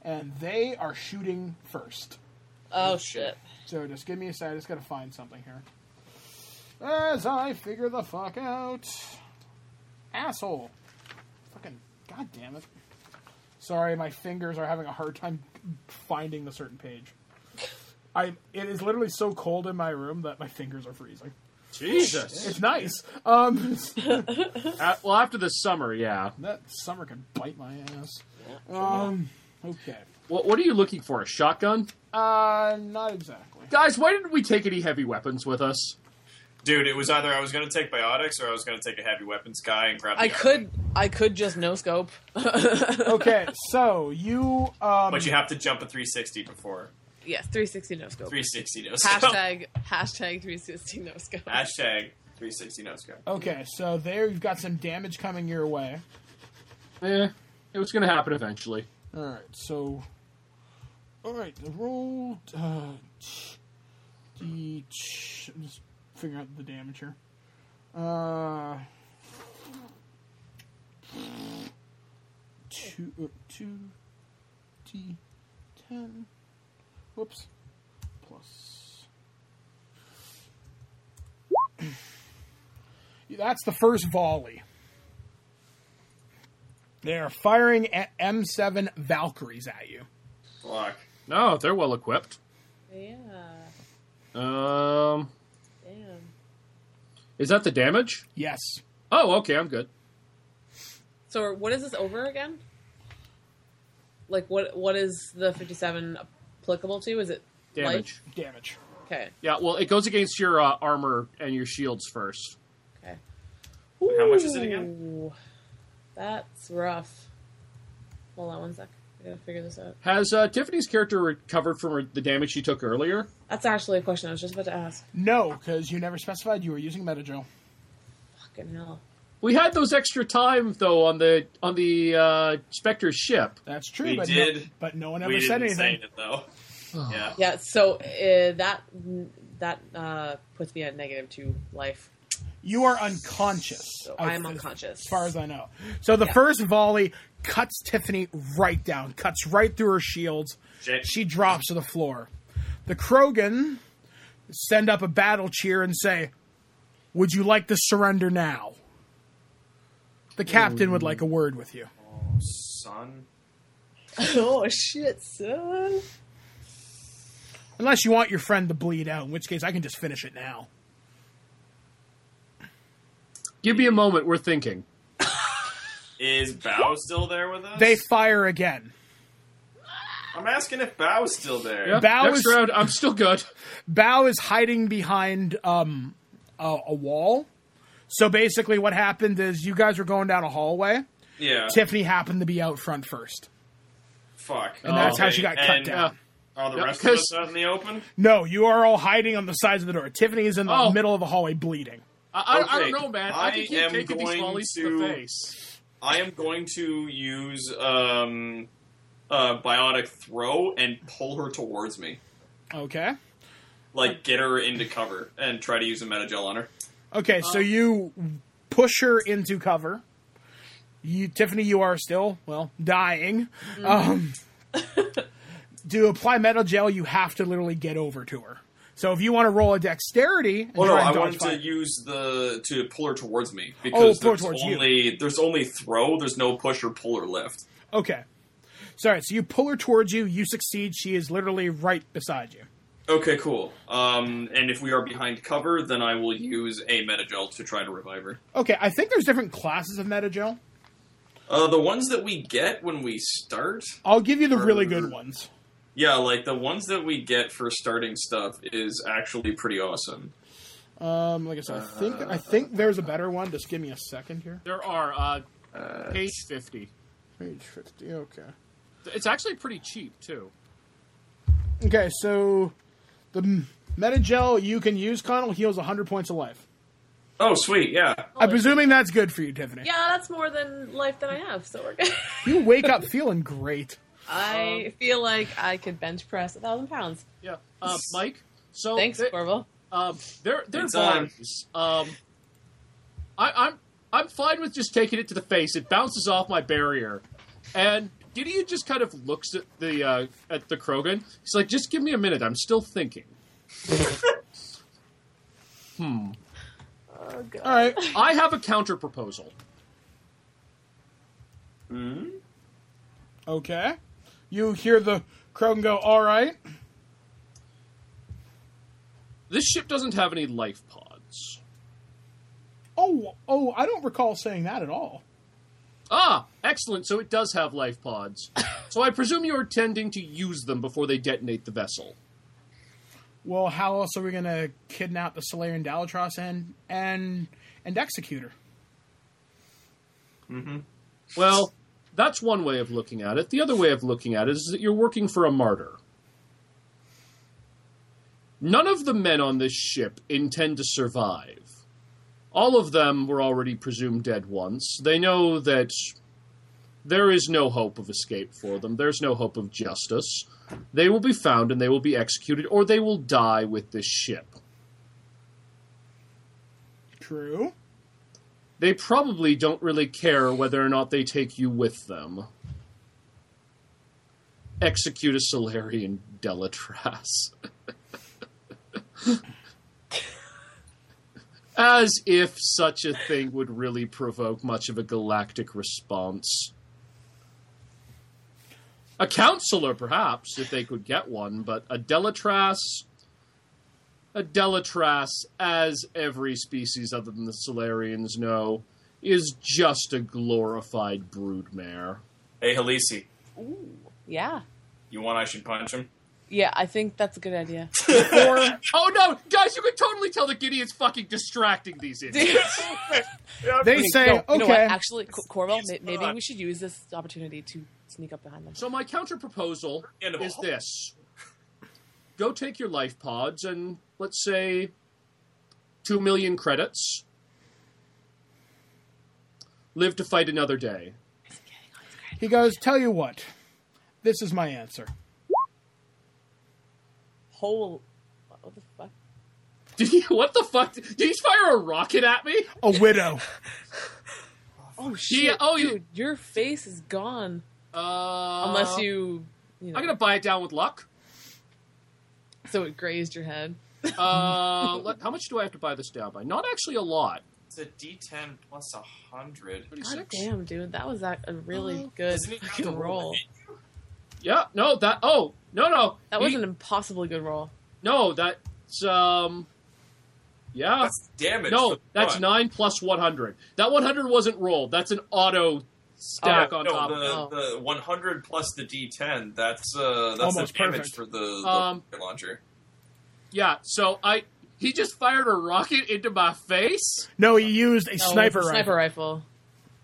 [SPEAKER 2] And they are shooting first.
[SPEAKER 5] Oh shit!
[SPEAKER 2] So just give me a sec. I just gotta find something here. As I figure the fuck out. Asshole. Fucking god damn it. Sorry, my fingers are having a hard time finding the certain page. I it is literally so cold in my room that my fingers are freezing.
[SPEAKER 3] Jesus.
[SPEAKER 2] It's nice. Um,
[SPEAKER 3] Uh, well, after the summer, yeah.
[SPEAKER 2] that summer can bite my ass. Um, okay.
[SPEAKER 3] What, what are you looking for? A shotgun?
[SPEAKER 2] Uh, not exactly.
[SPEAKER 3] Guys, why didn't we take any heavy weapons with us?
[SPEAKER 4] Dude, it was either I was going to take biotics or I was going to take a heavy weapons guy and grab. The
[SPEAKER 5] I
[SPEAKER 4] iron.
[SPEAKER 5] could I could just no scope.
[SPEAKER 2] Okay, so you um,
[SPEAKER 4] but you have to jump a 360 before
[SPEAKER 5] yes, 360 no scope.
[SPEAKER 4] 360 no scope.
[SPEAKER 5] Hashtag hashtag 360 no scope.
[SPEAKER 4] Hashtag 360 no scope.
[SPEAKER 2] okay, so there you've got some damage coming your way.
[SPEAKER 3] Eh, it was going to happen eventually.
[SPEAKER 2] All right, so all right, the roll uh, ch- the ch- I'm just figuring out the damage here. Uh, two uh, two d ten. Whoops, plus. That's the first volley. They are firing at M7 Valkyries at you.
[SPEAKER 4] Fuck.
[SPEAKER 3] No, they're well equipped.
[SPEAKER 5] Yeah.
[SPEAKER 3] Um,
[SPEAKER 5] Damn.
[SPEAKER 3] is that the damage?
[SPEAKER 2] Yes.
[SPEAKER 3] Oh, okay, I'm good.
[SPEAKER 5] So what is this over again? Like what what is the 57 applicable to? Is it
[SPEAKER 3] Damage.
[SPEAKER 2] Damage.
[SPEAKER 5] light? Okay.
[SPEAKER 3] Yeah, well, it goes against your uh, armor and your shields first.
[SPEAKER 5] Okay.
[SPEAKER 4] How much is it again?
[SPEAKER 5] Ooh, that's rough. Hold on one sec. I gotta figure this out.
[SPEAKER 3] Has uh, Tiffany's character recovered from her, the damage she took earlier?
[SPEAKER 5] That's actually a question I was just about to ask.
[SPEAKER 2] No, because you never specified you were using Metagel.
[SPEAKER 5] Fucking hell.
[SPEAKER 3] We had those extra time though on the on the uh, Spectre ship.
[SPEAKER 2] That's true,
[SPEAKER 4] We
[SPEAKER 2] but, No,
[SPEAKER 4] did.
[SPEAKER 2] but no one ever
[SPEAKER 4] We
[SPEAKER 2] said
[SPEAKER 4] didn't say
[SPEAKER 2] anything. Oh.
[SPEAKER 4] it though. yeah.
[SPEAKER 5] Yeah. So uh, that that uh, puts me at negative two life.
[SPEAKER 2] You are unconscious.
[SPEAKER 5] So
[SPEAKER 2] I-
[SPEAKER 5] I am unconscious.
[SPEAKER 2] As far as I know. So the first volley cuts Tiffany right down, cuts right through her shields.
[SPEAKER 4] Shit.
[SPEAKER 2] She drops to the floor. The Krogan send up a battle cheer and say, Would you like to surrender now? The captain would like a word with you.
[SPEAKER 4] Son.
[SPEAKER 5] oh shit, son.
[SPEAKER 2] Unless you want your friend to bleed out, in which case I can just finish it now.
[SPEAKER 3] Give me a moment. We're thinking.
[SPEAKER 4] Is Bao still there with us?
[SPEAKER 2] They fire again.
[SPEAKER 4] I'm asking if Bao's still there.
[SPEAKER 3] Yeah,
[SPEAKER 2] Bow
[SPEAKER 3] next
[SPEAKER 2] is-
[SPEAKER 3] round, I'm still good.
[SPEAKER 2] Bao is hiding behind um, a, a wall. So basically, what happened is you guys were going down a hallway.
[SPEAKER 4] Yeah.
[SPEAKER 2] Tiffany happened to be out front first.
[SPEAKER 4] Fuck.
[SPEAKER 2] And that's how she
[SPEAKER 4] Okay,
[SPEAKER 2] got cut
[SPEAKER 4] and uh,
[SPEAKER 2] down.
[SPEAKER 4] Are the
[SPEAKER 3] Yeah,
[SPEAKER 4] rest of us
[SPEAKER 3] 'cause-
[SPEAKER 4] out in the open?
[SPEAKER 2] No, you are all hiding on the sides of the door. Tiffany is in the
[SPEAKER 3] Oh.
[SPEAKER 2] middle of the hallway bleeding.
[SPEAKER 3] I, I, I
[SPEAKER 4] Okay,
[SPEAKER 3] don't know, man. I, can
[SPEAKER 4] I
[SPEAKER 3] keep
[SPEAKER 4] am
[SPEAKER 3] taking these
[SPEAKER 4] going
[SPEAKER 3] volleys to the
[SPEAKER 4] to-
[SPEAKER 3] face.
[SPEAKER 4] I am going to use um, uh, biotic throw and pull her towards me.
[SPEAKER 2] Okay.
[SPEAKER 4] Like, get her into cover and try to use a metagel on her.
[SPEAKER 2] Okay,
[SPEAKER 4] Um,
[SPEAKER 2] so you push her into cover. You, Tiffany, you are still well dying.
[SPEAKER 4] Mm-hmm.
[SPEAKER 2] Um, to apply metal gel, you have to literally get over to her. So if you want to roll a dexterity, and
[SPEAKER 4] Oh no,
[SPEAKER 2] try and
[SPEAKER 4] I
[SPEAKER 2] dodge
[SPEAKER 4] wanted
[SPEAKER 2] fire-
[SPEAKER 4] to use the to pull her towards me because
[SPEAKER 2] Oh, pull her
[SPEAKER 4] there's
[SPEAKER 2] towards you.
[SPEAKER 4] only there's only throw, there's no push or pull or lift.
[SPEAKER 2] Okay. So, all right, so you pull her towards you. You succeed. She is literally right beside you.
[SPEAKER 4] Okay, cool. Um, and if we are behind cover, then I will use a metagel to try to revive her.
[SPEAKER 2] Okay, I think there's different classes of metagel.
[SPEAKER 4] Uh, the ones that we get when we start,
[SPEAKER 2] I'll give you the really
[SPEAKER 4] Er,
[SPEAKER 2] good ones.
[SPEAKER 4] yeah, like the ones that we get for starting stuff is actually pretty awesome.
[SPEAKER 2] Um, like I said, I think
[SPEAKER 4] uh,
[SPEAKER 2] I think there's a better one. Just give me a second here.
[SPEAKER 3] There are uh, page fifty.
[SPEAKER 2] Page fifty. Okay.
[SPEAKER 3] It's actually pretty cheap too.
[SPEAKER 2] Okay, so the m- metagel you can use, Connell, heals 100 points of life.
[SPEAKER 4] Oh, sweet, yeah.
[SPEAKER 2] I'm presuming that's good for you, Tiffany.
[SPEAKER 5] Yeah, that's more than life that I have, so we're good.
[SPEAKER 2] You wake up feeling great.
[SPEAKER 5] I feel like I could bench press a thousand pounds.
[SPEAKER 3] Yeah, uh, Mike. So
[SPEAKER 5] Thanks,
[SPEAKER 3] th-
[SPEAKER 5] Corvo.
[SPEAKER 3] Um, they're they're
[SPEAKER 4] Anytime.
[SPEAKER 3] volleys. Um, I, I'm I'm fine with just taking it to the face. It bounces off my barrier, and Gideon just kind of looks at the uh, at the Krogan. He's like, "Just give me a minute. I'm still thinking."
[SPEAKER 5] Oh god.
[SPEAKER 2] All right.
[SPEAKER 3] I have a counter proposal.
[SPEAKER 2] Okay. You hear the crow and go, all right.
[SPEAKER 3] This ship doesn't have any life pod. Romulans.
[SPEAKER 2] Oh, oh, I don't recall saying that at all.
[SPEAKER 3] Ah, excellent. So it does have life pods. so I presume you're intending to use them before they detonate the vessel.
[SPEAKER 2] Well, how else are we going to kidnap the Solarian Dalatros and and and execute her?
[SPEAKER 3] Well, that's one way of looking at it. The other way of looking at it is that you're working for a martyr. None of the men on this ship intend to survive. All of them were already presumed dead once. They know that there is no hope of escape for them, there's no hope of justice. They will be found and they will be executed, or they will die with this ship.
[SPEAKER 2] True.
[SPEAKER 3] They probably don't really care whether or not they take you with them. Execute a Solarian Delatras. As if such a thing would really provoke much of a galactic response. A counselor, perhaps, if they could get one, but a Delatras a Delatras, as every species other than the Solarians know, is just a glorified broodmare.
[SPEAKER 4] Hey, Halisi,
[SPEAKER 5] Yeah.
[SPEAKER 4] you want I should punch him?
[SPEAKER 5] Yeah, I think that's a good idea.
[SPEAKER 3] Oh no, guys, you can totally tell that Gideon's fucking distracting these idiots.
[SPEAKER 2] They say,
[SPEAKER 5] No,
[SPEAKER 2] okay,
[SPEAKER 5] You know what? Actually, C- Corwell,
[SPEAKER 4] He's
[SPEAKER 5] ma- maybe
[SPEAKER 4] not.
[SPEAKER 5] we should use this opportunity to sneak up behind them.
[SPEAKER 3] so my counter proposal
[SPEAKER 4] Understandable.
[SPEAKER 3] is this. Go take your life pods and let's say two million credits. Live to fight another day.
[SPEAKER 2] he goes, tell you what, this is my answer.
[SPEAKER 5] Whole. What the fuck?
[SPEAKER 3] Did he, what the fuck? Did he just fire a rocket at me?
[SPEAKER 2] A widow.
[SPEAKER 5] Oh shit!
[SPEAKER 3] oh, you-
[SPEAKER 5] dude, your face is gone.
[SPEAKER 3] Uh,
[SPEAKER 5] Unless you, you know,
[SPEAKER 3] I'm gonna buy it down with luck.
[SPEAKER 5] so it grazed your head.
[SPEAKER 3] Uh, let, how much do I have to buy this down by? Not actually a lot.
[SPEAKER 4] It's a D10 plus 100.
[SPEAKER 5] God
[SPEAKER 3] 36?
[SPEAKER 5] damn, dude, that was a, a really good
[SPEAKER 4] Doesn't it have to
[SPEAKER 5] good roll.
[SPEAKER 4] hit?
[SPEAKER 3] Yeah, no, that. Oh, no, no.
[SPEAKER 5] That
[SPEAKER 3] He-
[SPEAKER 5] was an impossibly good roll.
[SPEAKER 3] No, that's um. Yeah.
[SPEAKER 4] That's damage.
[SPEAKER 3] no,
[SPEAKER 4] for
[SPEAKER 3] that's
[SPEAKER 4] the
[SPEAKER 3] nine plus one hundred. That one hundred wasn't rolled. That's an auto stack
[SPEAKER 5] Oh,
[SPEAKER 3] on
[SPEAKER 4] no,
[SPEAKER 3] top. of it.
[SPEAKER 4] the, the 100 plus the D10. That's uh, that's
[SPEAKER 2] Almost
[SPEAKER 4] the damage
[SPEAKER 2] perfect.
[SPEAKER 4] for the, the
[SPEAKER 3] Um,
[SPEAKER 4] launcher.
[SPEAKER 3] Yeah. So I. He just fired a rocket into my face.
[SPEAKER 2] No, he used a
[SPEAKER 5] No,
[SPEAKER 2] sniper
[SPEAKER 5] it's
[SPEAKER 2] rifle.
[SPEAKER 5] a sniper rifle.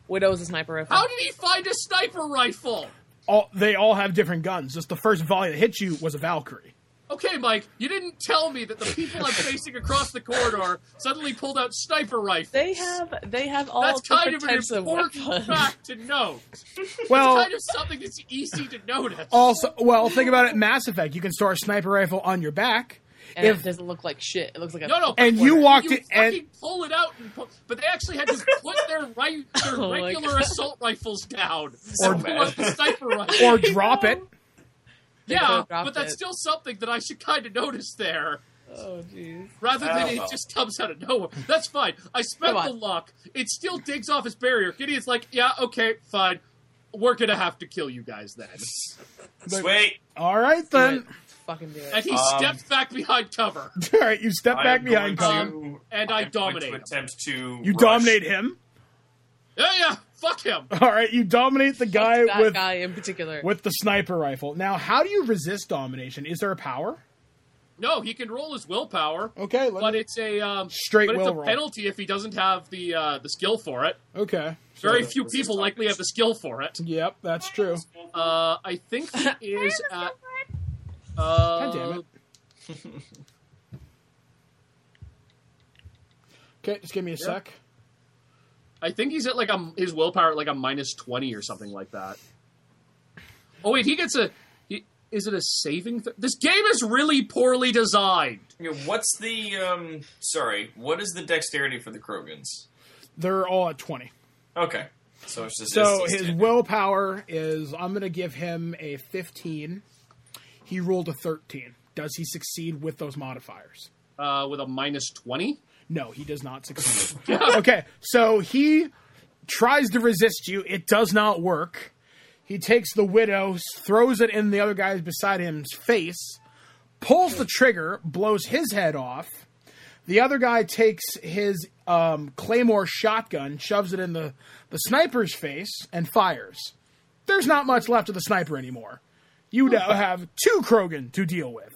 [SPEAKER 5] Widow's a sniper rifle.
[SPEAKER 3] How did he find a sniper rifle?
[SPEAKER 2] All, they all have different guns. Just the first volley that hit you was a Valkyrie.
[SPEAKER 3] Okay, Mike, you didn't tell me that the people I'm facing across the corridor suddenly pulled out sniper rifles.
[SPEAKER 5] they have they have all
[SPEAKER 3] That's
[SPEAKER 5] different
[SPEAKER 3] kind of an
[SPEAKER 5] types of
[SPEAKER 3] important
[SPEAKER 5] weapons.
[SPEAKER 3] fact to note.
[SPEAKER 2] Well,
[SPEAKER 3] Kind of something that's easy to notice.
[SPEAKER 2] also, well, think about it. Mass Effect. You can store a sniper rifle on your back.
[SPEAKER 5] And
[SPEAKER 2] if
[SPEAKER 5] it doesn't look like shit. It looks like a
[SPEAKER 3] No, no.
[SPEAKER 2] And you walked
[SPEAKER 3] you
[SPEAKER 2] in- and-
[SPEAKER 3] fucking pull it out, and pull, but they actually had to put their right, their
[SPEAKER 5] Oh my
[SPEAKER 3] regular
[SPEAKER 5] God.
[SPEAKER 3] assault rifles down
[SPEAKER 4] So
[SPEAKER 3] and pull
[SPEAKER 4] bad.
[SPEAKER 3] out the sniper rifle.
[SPEAKER 2] or drop it.
[SPEAKER 3] yeah,
[SPEAKER 5] could've dropped
[SPEAKER 3] but that's
[SPEAKER 5] it.
[SPEAKER 3] still something that I should kind of notice there,
[SPEAKER 5] Oh jeez.
[SPEAKER 3] rather
[SPEAKER 4] I
[SPEAKER 3] than
[SPEAKER 4] don't
[SPEAKER 3] it
[SPEAKER 4] know.
[SPEAKER 3] just comes out of nowhere. That's fine. I spent
[SPEAKER 5] Come on.
[SPEAKER 3] the luck. It still digs off his barrier. Gideon's like, yeah, okay, fine. We're gonna have to kill you guys then.
[SPEAKER 4] Sweet.
[SPEAKER 2] All right then.
[SPEAKER 5] Fucking do
[SPEAKER 3] And
[SPEAKER 5] it.
[SPEAKER 3] he
[SPEAKER 4] Um,
[SPEAKER 3] steps back behind cover,
[SPEAKER 2] All right, you step
[SPEAKER 4] I
[SPEAKER 2] back
[SPEAKER 4] am
[SPEAKER 2] behind.
[SPEAKER 4] going
[SPEAKER 2] Colin.
[SPEAKER 4] to-
[SPEAKER 3] and
[SPEAKER 4] I
[SPEAKER 3] I
[SPEAKER 4] am going
[SPEAKER 3] dominate.
[SPEAKER 4] to
[SPEAKER 3] him.
[SPEAKER 4] attempt to.
[SPEAKER 2] you
[SPEAKER 4] rush.
[SPEAKER 2] dominate him.
[SPEAKER 3] Yeah, yeah, fuck him.
[SPEAKER 2] All right, you dominate the guy
[SPEAKER 5] That
[SPEAKER 2] with
[SPEAKER 5] guy in particular.
[SPEAKER 2] with the sniper rifle. Now, how do you resist domination? Is there a power?
[SPEAKER 3] No, he can roll his willpower.
[SPEAKER 2] Okay, let
[SPEAKER 3] but
[SPEAKER 2] me-
[SPEAKER 3] it's a um,
[SPEAKER 2] Straight
[SPEAKER 3] But it's a
[SPEAKER 2] will roll.
[SPEAKER 3] penalty if he doesn't have the uh, the skill for it.
[SPEAKER 2] okay.
[SPEAKER 3] Very
[SPEAKER 4] So,
[SPEAKER 3] few
[SPEAKER 4] this
[SPEAKER 3] people
[SPEAKER 4] is-
[SPEAKER 3] likely have the skill for it.
[SPEAKER 2] Yep, that's true.
[SPEAKER 3] Uh, I think he is at.
[SPEAKER 2] God
[SPEAKER 3] Uh,
[SPEAKER 2] damn it. Okay, just give me a sec.
[SPEAKER 3] I think he's at like a his willpower at like a minus twenty or something like that. Oh wait, he gets a. He, is it a saving? Th- this game is really poorly designed.
[SPEAKER 4] What's the um? Sorry, what is the dexterity for the Krogans?
[SPEAKER 2] They're all at twenty.
[SPEAKER 4] Okay, so it's just
[SPEAKER 2] So
[SPEAKER 4] it's just-
[SPEAKER 2] his willpower is I'm going to give him a 15. He rolled a 13. Does he succeed with those modifiers?
[SPEAKER 3] Uh, with a minus twenty.
[SPEAKER 2] No, he does not succeed. okay, so he tries to resist you. It does not work. He takes the widow, throws it in the other guy's beside him's face, pulls the trigger, blows his head off. The other guy takes his um, claymore shotgun, shoves it in the, the sniper's face, and fires. There's not much left of the sniper anymore. You now have two Krogan to deal with.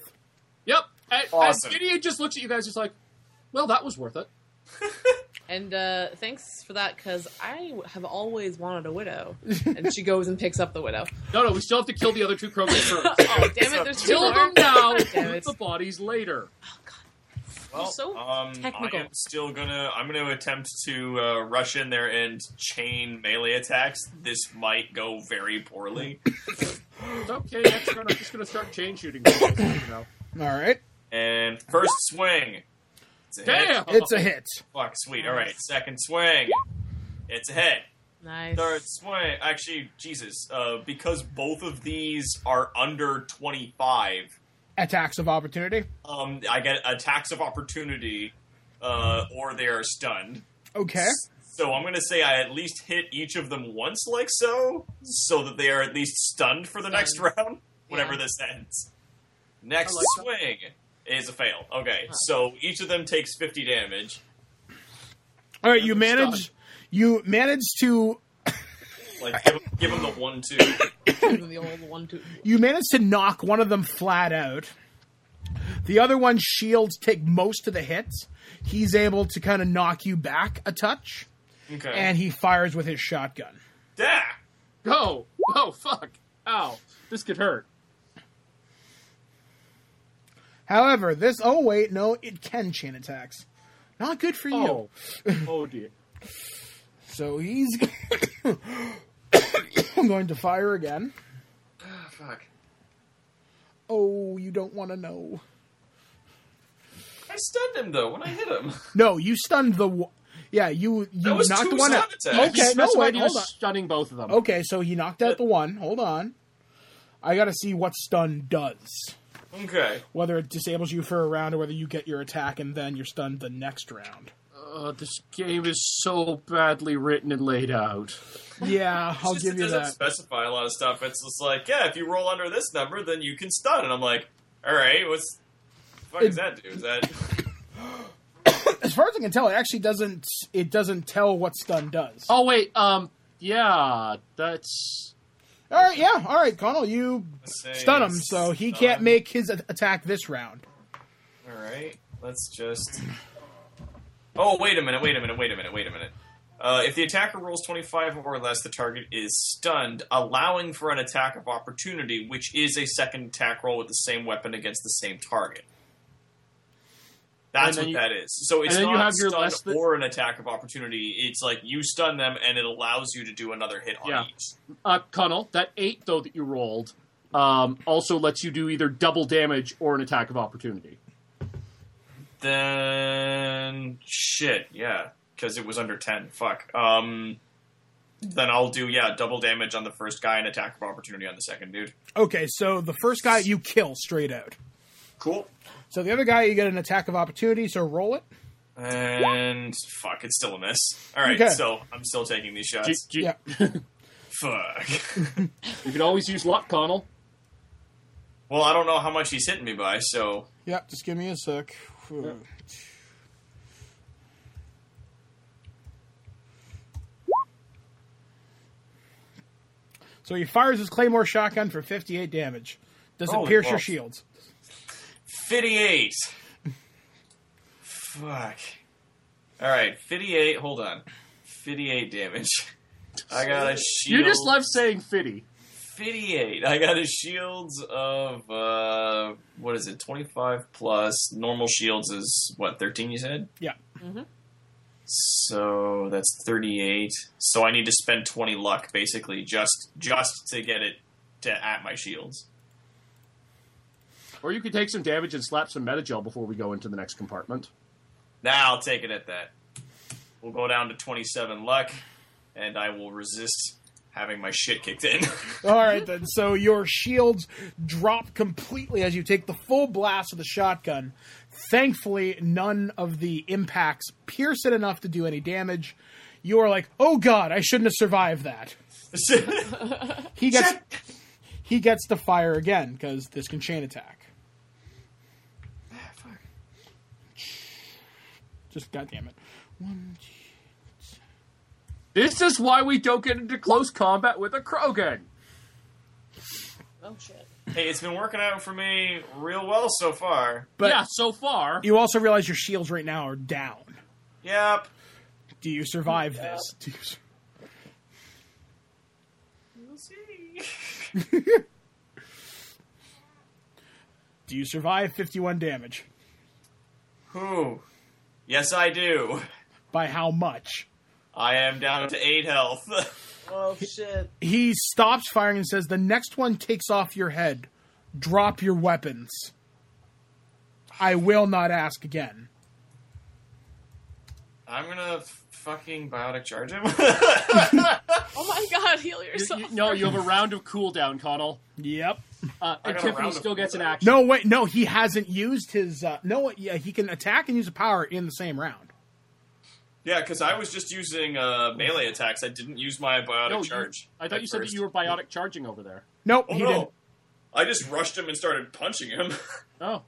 [SPEAKER 3] Yep. And,
[SPEAKER 4] Awesome.
[SPEAKER 3] and Gideon just looks at you guys, just like, well, that was worth it.
[SPEAKER 5] And uh, thanks for that because I have always wanted a widow. And she goes and picks up the widow.
[SPEAKER 3] No, no, we still have to kill the other two Krogan first.
[SPEAKER 5] Oh, damn it, there's two
[SPEAKER 3] kill
[SPEAKER 5] more.
[SPEAKER 3] them now,
[SPEAKER 5] Damn
[SPEAKER 3] loot
[SPEAKER 5] it.
[SPEAKER 3] the bodies later.
[SPEAKER 4] Well,
[SPEAKER 5] so
[SPEAKER 4] um,
[SPEAKER 5] technical.
[SPEAKER 4] I am still gonna. I'm gonna attempt to uh, rush in there and chain melee attacks. This might go very poorly.
[SPEAKER 3] It's okay, next turn I'm just going to start chain shooting. you know.
[SPEAKER 2] All right.
[SPEAKER 4] And first swing. It's a
[SPEAKER 3] Damn!
[SPEAKER 4] hit.
[SPEAKER 2] It's a hit.
[SPEAKER 4] Fuck, sweet. All right, second swing. It's a hit.
[SPEAKER 5] Nice.
[SPEAKER 4] Third swing. Actually, Jesus. Uh, because both of these are under 25,
[SPEAKER 2] Attacks of opportunity.
[SPEAKER 4] um, I get attacks of opportunity, uh, or they are stunned.
[SPEAKER 2] Okay.
[SPEAKER 4] So I'm gonna say I at least hit each of them once, like so, so that they are at least stunned for the next
[SPEAKER 5] Stunned.
[SPEAKER 4] round, whenever
[SPEAKER 5] Yeah.
[SPEAKER 4] this ends.
[SPEAKER 3] I
[SPEAKER 4] Next
[SPEAKER 3] like that.
[SPEAKER 4] swing is a fail. Okay, so each of them takes 50 damage.
[SPEAKER 2] All right. You manage. You manage to.
[SPEAKER 4] Like give, 'em- give them the one two.
[SPEAKER 5] The old one, two.
[SPEAKER 2] You manage to knock one of them flat out. The other one's shields take most of the hits. He's able to kind of knock you back a touch,
[SPEAKER 4] Okay.
[SPEAKER 2] and he fires with his shotgun.
[SPEAKER 4] yeah.
[SPEAKER 3] Go! Oh, fuck. Ow. This could hurt.
[SPEAKER 2] However, this. Oh wait, no, it can chain attacks. Not good for you.
[SPEAKER 3] Oh. Oh, dear.
[SPEAKER 2] So he's going to fire again.
[SPEAKER 4] fuck.
[SPEAKER 2] Oh, you don't want to know.
[SPEAKER 4] I stunned him though when I hit him.
[SPEAKER 2] No, you stunned the. W- yeah, you you
[SPEAKER 4] That was
[SPEAKER 2] knocked
[SPEAKER 4] two
[SPEAKER 2] one out.
[SPEAKER 4] stun attacks.
[SPEAKER 2] Okay, no
[SPEAKER 3] That's why
[SPEAKER 2] wait,
[SPEAKER 3] he
[SPEAKER 2] hold
[SPEAKER 3] was
[SPEAKER 2] on. Oh.
[SPEAKER 3] stunning both of them.
[SPEAKER 2] Okay, so he knocked
[SPEAKER 4] Uh,
[SPEAKER 2] out the one. Hold on, I got to see what stun does.
[SPEAKER 4] Okay.
[SPEAKER 2] Whether it disables you for a round or whether you get your attack and then you're stunned the next round.
[SPEAKER 3] Uh, this game is so badly written and laid out.
[SPEAKER 2] Yeah, I'll
[SPEAKER 4] Just,
[SPEAKER 2] give
[SPEAKER 4] it
[SPEAKER 2] you
[SPEAKER 4] doesn't
[SPEAKER 2] that.
[SPEAKER 4] specify a lot of stuff. It's just like, yeah, if you roll under this number, then you can stun. And I'm like, all right, what's fuck is that do? Is that
[SPEAKER 2] As far as I can tell, it actually doesn't. It doesn't tell what stun does.
[SPEAKER 3] Oh, wait, um, yeah, that's.
[SPEAKER 2] All right, yeah, all right, Connell, you
[SPEAKER 4] Say
[SPEAKER 2] stun him, so he can't
[SPEAKER 4] stun.
[SPEAKER 2] make his a- attack this round.
[SPEAKER 4] All right, let's just. Oh, wait a minute, wait a minute, wait a minute, wait a minute. Uh, if the attacker rolls 25 or less, the target is stunned, allowing for an attack of opportunity, which is a second attack roll with the same weapon against the same target.
[SPEAKER 3] And
[SPEAKER 4] That's
[SPEAKER 3] then
[SPEAKER 4] what
[SPEAKER 3] you-
[SPEAKER 4] that is. So it's
[SPEAKER 3] and then
[SPEAKER 4] not
[SPEAKER 3] you have your
[SPEAKER 4] stunned
[SPEAKER 3] less than-
[SPEAKER 4] or an attack of opportunity. It's like you stun them, and it allows you to do another hit on
[SPEAKER 3] Yeah.
[SPEAKER 4] each.
[SPEAKER 3] Uh, Connell, that eight though that you rolled um, also lets you do either double damage or an attack of opportunity.
[SPEAKER 4] Then shit, yeah, because it was under ten. Fuck. Um, then I'll do yeah double damage on the first guy and attack of opportunity on the second dude.
[SPEAKER 2] Okay, so the first guy you kill straight out.
[SPEAKER 4] Cool.
[SPEAKER 2] So the other guy you get an attack of opportunity, so roll it.
[SPEAKER 4] And fuck, it's still a miss. All right,
[SPEAKER 2] Okay.
[SPEAKER 4] so I'm still taking these
[SPEAKER 3] You,
[SPEAKER 4] shots.
[SPEAKER 3] you,
[SPEAKER 2] Yeah.
[SPEAKER 4] Fuck.
[SPEAKER 3] you can always use luck, Connell.
[SPEAKER 4] well, I don't know how much he's hitting me by, so
[SPEAKER 2] Yeah, just give me a sec. So he fires his claymore shotgun for 58 damage. Does it
[SPEAKER 4] Holy
[SPEAKER 2] pierce your
[SPEAKER 4] balls.
[SPEAKER 2] shields?
[SPEAKER 4] fifty-eight. Fuck. All right, fifty-eight. Hold on, fifty-eight damage. I got a shield.
[SPEAKER 3] You just love saying Fitty.
[SPEAKER 4] 58. I got a shields of uh what is it? 25 plus normal shields is what 13 you said?
[SPEAKER 2] Yeah.
[SPEAKER 4] So that's 38. So I need to spend 20 luck basically just just to get it to at my shields.
[SPEAKER 3] Or you could take some damage and slap some metagel before we go into the next compartment.
[SPEAKER 4] Now I'll take it at that. We'll go down to 27 luck and I will resist having my shit kicked in.
[SPEAKER 2] All right, then. So your shields drop completely as you take the full blast of the shotgun. Thankfully, none of the impacts pierce it enough to do any damage. You are like, oh god, I shouldn't have survived that. He gets he gets to fire again because this can chain attack. Just goddamn it. One, two,
[SPEAKER 3] This is why we don't get into close combat with a Krogan.
[SPEAKER 5] Oh shit.
[SPEAKER 4] Hey, it's been working out for me real well so far.
[SPEAKER 2] but
[SPEAKER 3] yeah, so far.
[SPEAKER 2] you also realize your shields right now are down.
[SPEAKER 4] Yep.
[SPEAKER 2] Do you survive this? Do you sur-
[SPEAKER 4] We'll see.
[SPEAKER 2] do you survive 51 damage?
[SPEAKER 4] Whew. Yes, I do.
[SPEAKER 2] By how much?
[SPEAKER 4] I am down to eight health.
[SPEAKER 5] Oh shit.
[SPEAKER 2] He stops firing and says, The next one takes off your head. Drop your weapons. I will not ask again.
[SPEAKER 4] I'm gonna f- fucking biotic charge him.
[SPEAKER 5] Oh my god, heal
[SPEAKER 3] You-
[SPEAKER 5] yourself.
[SPEAKER 3] you- no, you have a round of cooldown, Connell.
[SPEAKER 2] Yep.
[SPEAKER 3] Uh, and
[SPEAKER 4] got a
[SPEAKER 3] Tiffany
[SPEAKER 4] round of
[SPEAKER 3] still gets an
[SPEAKER 4] cooldown.
[SPEAKER 3] action.
[SPEAKER 2] No, wait, no, he hasn't used his. Uh, no, yeah, he can attack and use a power in the same round.
[SPEAKER 4] yeah, because I was just using uh, melee attacks. I didn't use my biotic
[SPEAKER 3] No, you-
[SPEAKER 4] charge.
[SPEAKER 3] I thought
[SPEAKER 4] at
[SPEAKER 3] you said
[SPEAKER 4] first.
[SPEAKER 3] that you were biotic charging over there.
[SPEAKER 2] Nope,
[SPEAKER 4] Oh
[SPEAKER 2] he
[SPEAKER 4] no!
[SPEAKER 2] didn't.
[SPEAKER 4] I just rushed him and started punching him,
[SPEAKER 3] Oh,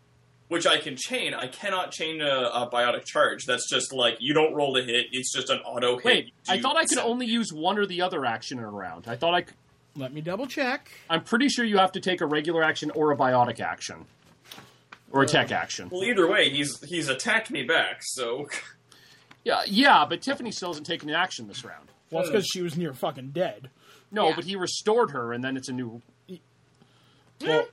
[SPEAKER 4] which I can chain. I cannot chain a, a biotic charge. That's just like you don't roll to hit. It's just an auto hit.
[SPEAKER 3] wait.
[SPEAKER 4] You
[SPEAKER 3] I thought I could
[SPEAKER 4] send-
[SPEAKER 3] only use one or the other action in a round. I thought I. Could,
[SPEAKER 2] Let me double check.
[SPEAKER 3] I'm pretty sure you have to take a regular action or a biotic action, or a tech action.
[SPEAKER 4] Well, either way, he's he's attacked me back. So
[SPEAKER 3] Yeah, yeah, but Tiffany still hasn't taken an action this round.
[SPEAKER 2] Well, it's because she was near fucking dead.
[SPEAKER 3] No,
[SPEAKER 5] Yeah.
[SPEAKER 3] but he restored her, and then it's a new.
[SPEAKER 2] Well,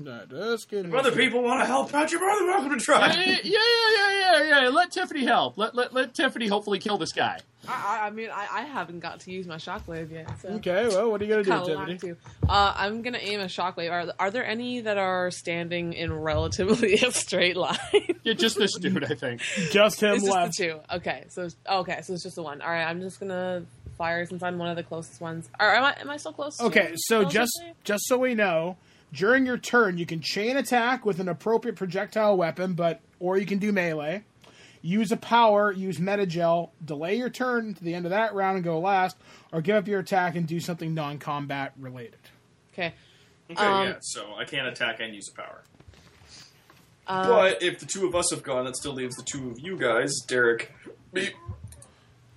[SPEAKER 2] that is good.
[SPEAKER 4] if other people want to help out, you're more than welcome to try.
[SPEAKER 3] Yeah, yeah, yeah, yeah, yeah, yeah. Let Tiffany help. Let let, let Tiffany hopefully kill this guy.
[SPEAKER 5] I, I- I mean, I, I haven't got to use my shockwave yet. So.
[SPEAKER 2] Okay, well, what are you gonna
[SPEAKER 5] Kinda
[SPEAKER 2] do,
[SPEAKER 5] lack
[SPEAKER 2] Tiffany?
[SPEAKER 5] to. Uh, I'm gonna aim a shockwave. Are, are there any that are standing in relatively a straight line?
[SPEAKER 3] Yeah, just this dude, I think.
[SPEAKER 2] Just him
[SPEAKER 5] it's
[SPEAKER 2] left.
[SPEAKER 5] just the two. Okay, so it's- okay, so it's just the one. All right, I'm just gonna fire since I'm one of the closest ones. Or am I? Am I still close? to-
[SPEAKER 2] Okay, so
[SPEAKER 5] relatively?
[SPEAKER 2] just just so we know, during your turn, you can chain attack with an appropriate projectile weapon, but or you can do melee. Use a power, use metagel, delay your turn to the end of that round and go last, or give up your attack and do something non-combat related.
[SPEAKER 5] okay.
[SPEAKER 4] Okay,
[SPEAKER 5] Um,
[SPEAKER 4] yeah, so I can't attack and use a power.
[SPEAKER 5] Uh,
[SPEAKER 4] but if the two of us have gone, that still leaves the two of you guys, Derek. Me.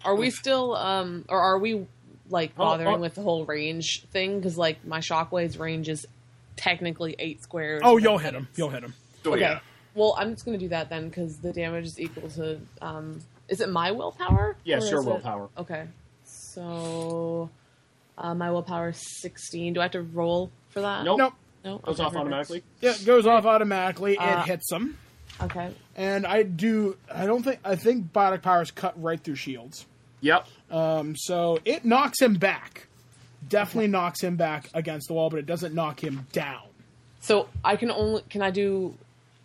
[SPEAKER 5] Are we still um or are we like
[SPEAKER 3] Oh,
[SPEAKER 5] bothering
[SPEAKER 3] oh.
[SPEAKER 5] with the whole range thing? Because like my shockwave's range is technically eight squares.
[SPEAKER 2] Oh, you'll hit him. You'll hit him.
[SPEAKER 4] Oh,
[SPEAKER 5] Okay.
[SPEAKER 4] yeah.
[SPEAKER 5] Well, I'm just gonna do that then because the damage is equal to. Um, is it my willpower?
[SPEAKER 3] Yes,
[SPEAKER 5] Or
[SPEAKER 3] your
[SPEAKER 5] is it-
[SPEAKER 3] willpower.
[SPEAKER 5] Okay. So, uh, my willpower is 16. Do I have to roll for that?
[SPEAKER 3] Nope.
[SPEAKER 2] Nope.
[SPEAKER 5] No.
[SPEAKER 3] Goes
[SPEAKER 5] okay,
[SPEAKER 3] off
[SPEAKER 5] perfect.
[SPEAKER 3] automatically.
[SPEAKER 2] Yeah, it goes off automatically.
[SPEAKER 5] Uh,
[SPEAKER 2] it hits him,
[SPEAKER 5] Okay.
[SPEAKER 2] and I do. I don't think. I think biotic powers cut right through shields.
[SPEAKER 3] Yep.
[SPEAKER 2] So it knocks him back. Definitely knocks him back against the wall, but it doesn't knock him down.
[SPEAKER 5] So I can only can I do.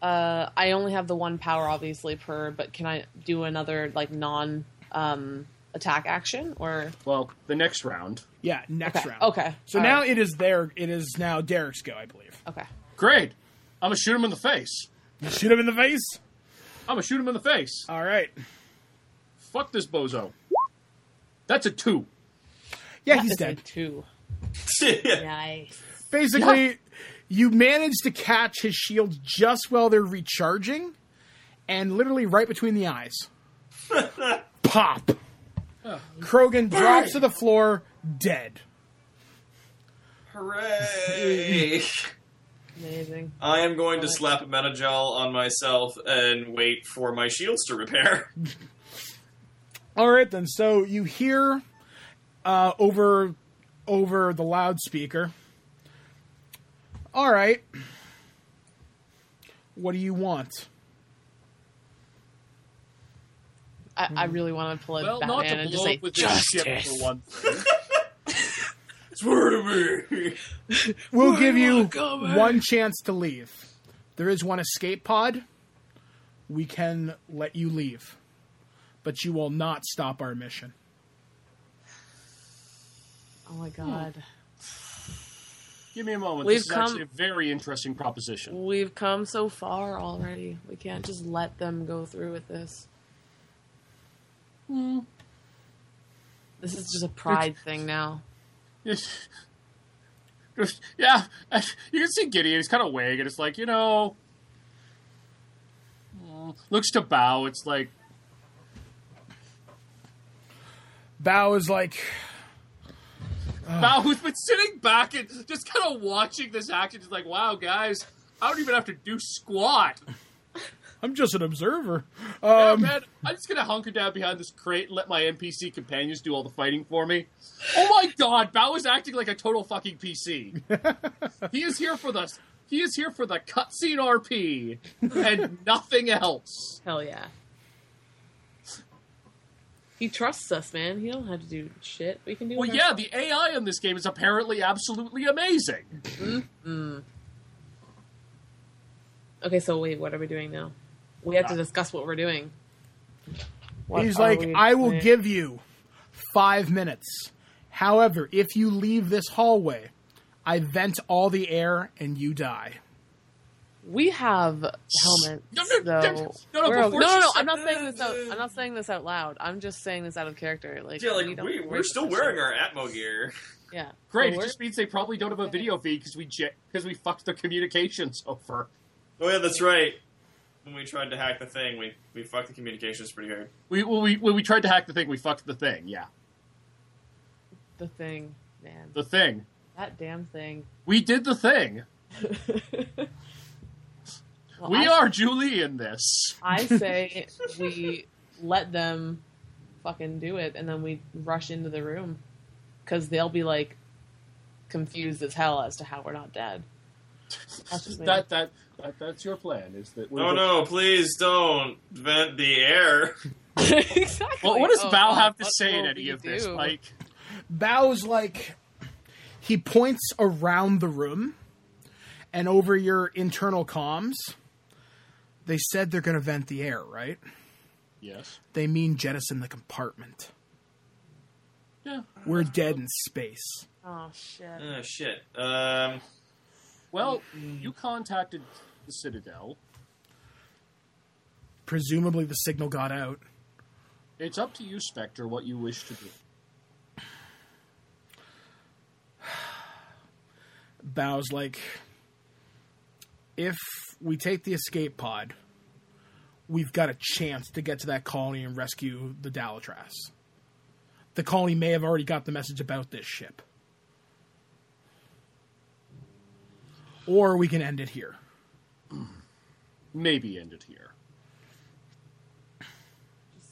[SPEAKER 5] Uh, I only have the one power, obviously, per. But can I do another like non um, attack action or?
[SPEAKER 3] Well, the next round.
[SPEAKER 2] Yeah, next
[SPEAKER 5] Okay,
[SPEAKER 2] round.
[SPEAKER 5] okay,
[SPEAKER 2] So
[SPEAKER 5] all
[SPEAKER 2] now
[SPEAKER 5] right.
[SPEAKER 2] it is there. It is now Derek's go, I believe.
[SPEAKER 5] Okay.
[SPEAKER 3] Great. I'm gonna shoot him in the face.
[SPEAKER 2] Shoot him in the face.
[SPEAKER 3] I'm gonna shoot him in the face.
[SPEAKER 2] All right.
[SPEAKER 3] Fuck this bozo. That's a two.
[SPEAKER 2] Yeah, he's
[SPEAKER 5] It's a
[SPEAKER 2] dead.
[SPEAKER 5] Two. Nice.
[SPEAKER 2] Basically, you manage to catch his shield just while they're recharging, and literally right between the eyes. Pop. Krogan drops to the floor, dead.
[SPEAKER 4] Hooray!
[SPEAKER 5] Amazing.
[SPEAKER 4] I am going to slap a metagel on myself and wait for my shields to repair.
[SPEAKER 2] All right then. So you hear uh, over over the loudspeaker. All right. What do you want?
[SPEAKER 5] I, I
[SPEAKER 2] Mm-hmm.
[SPEAKER 5] really want to pull it
[SPEAKER 3] Well,
[SPEAKER 5] Batman
[SPEAKER 3] not to blow
[SPEAKER 5] and just say,
[SPEAKER 3] up with this ship for one.
[SPEAKER 4] Swear to me!
[SPEAKER 2] We'll give you one chance to leave. There is one escape pod. We can let you leave, but you will not stop our mission.
[SPEAKER 5] Oh my god.
[SPEAKER 3] Give me a moment.
[SPEAKER 5] We've
[SPEAKER 3] this is
[SPEAKER 5] come-
[SPEAKER 3] actually a very interesting proposition.
[SPEAKER 5] We've come so far already. We can't just let them go through with this. Hmm. This is just a pride thing now.
[SPEAKER 3] yeah, you can see Gideon. He's kind of wag, and it's like you know, mm, looks to bow. It's like
[SPEAKER 2] Bao is like,
[SPEAKER 3] Bao, who's been sitting back and just kind of watching this action, just like, wow, guys, I don't even have to do squat.
[SPEAKER 2] I'm just an observer.
[SPEAKER 3] Yeah,
[SPEAKER 2] Um,
[SPEAKER 3] man, I'm just gonna hunker down behind this crate and let my NPC companions do all the fighting for me. Oh my god, Bao is acting like a total fucking PC. he is here for the he is here for the cutscene RP and nothing else.
[SPEAKER 5] Hell yeah. He trusts us, man. He don't have to do shit. We can do.
[SPEAKER 3] Well,
[SPEAKER 5] it
[SPEAKER 3] yeah, the AI in this game is apparently absolutely amazing.
[SPEAKER 5] ourselves. Okay, so wait, what are we doing now? We have to discuss what we're doing. What
[SPEAKER 2] he's
[SPEAKER 5] are
[SPEAKER 2] like,
[SPEAKER 5] we
[SPEAKER 2] I will
[SPEAKER 5] doing?
[SPEAKER 2] give you five minutes. However, if you leave this hallway, I vent all the air and you die.
[SPEAKER 5] We have helmets.
[SPEAKER 3] No, no,
[SPEAKER 5] though.
[SPEAKER 3] no, no, no,
[SPEAKER 5] We're-
[SPEAKER 3] before
[SPEAKER 5] no,
[SPEAKER 3] she
[SPEAKER 5] no, no,
[SPEAKER 3] said- uh,
[SPEAKER 5] I'm not saying this out. I'm not saying this out loud. I'm just saying this out of character. Like,
[SPEAKER 4] Yeah, like
[SPEAKER 5] we don't
[SPEAKER 4] we,
[SPEAKER 5] wear
[SPEAKER 4] we're still
[SPEAKER 5] such
[SPEAKER 4] wearing
[SPEAKER 5] shit.
[SPEAKER 4] our Atmo gear.
[SPEAKER 5] Yeah,
[SPEAKER 3] Great,
[SPEAKER 5] So
[SPEAKER 3] it
[SPEAKER 5] we're-
[SPEAKER 3] just means they probably don't have a video feed because we because we fucked the communications over.
[SPEAKER 4] Oh yeah, that's right. When we tried to hack the thing, we we fucked the communications pretty hard.
[SPEAKER 3] We when we when we tried to hack the thing, we fucked the thing. Yeah,
[SPEAKER 5] the thing, man.
[SPEAKER 3] the thing.
[SPEAKER 5] that damn thing.
[SPEAKER 3] We did the thing.
[SPEAKER 5] Well,
[SPEAKER 3] We
[SPEAKER 5] I-
[SPEAKER 3] are Julie in this.
[SPEAKER 5] I say we let them fucking do it, and then we rush into the room because they'll be like confused as hell as to how we're not dead. That's just me.
[SPEAKER 3] That, that that that's your plan is that. we're
[SPEAKER 4] Oh no, please don't vent the air.
[SPEAKER 5] exactly.
[SPEAKER 3] Well, what does
[SPEAKER 5] Oh,
[SPEAKER 3] Bao
[SPEAKER 5] God,
[SPEAKER 3] have to
[SPEAKER 5] what
[SPEAKER 3] say in
[SPEAKER 5] will
[SPEAKER 3] any
[SPEAKER 5] we
[SPEAKER 3] of this,
[SPEAKER 5] do?
[SPEAKER 3] Mike?
[SPEAKER 2] Bao's like he points around the room and over your internal comms. They said they're going to vent the air, right?
[SPEAKER 3] Yes.
[SPEAKER 2] They mean jettison the compartment.
[SPEAKER 3] Yeah.
[SPEAKER 2] We're dead in space.
[SPEAKER 5] Oh shit.
[SPEAKER 3] uh,
[SPEAKER 4] Oh shit. Um,
[SPEAKER 3] Well, you contacted the Citadel.
[SPEAKER 2] Presumably the signal got out.
[SPEAKER 3] It's up to you, Spectre, what you wish to do.
[SPEAKER 2] Bao's like, if we take the escape pod, we've got a chance to get to that colony and rescue the Dalatras. The colony may have already got the message about this ship. Or we can end it here.
[SPEAKER 3] Maybe end it here.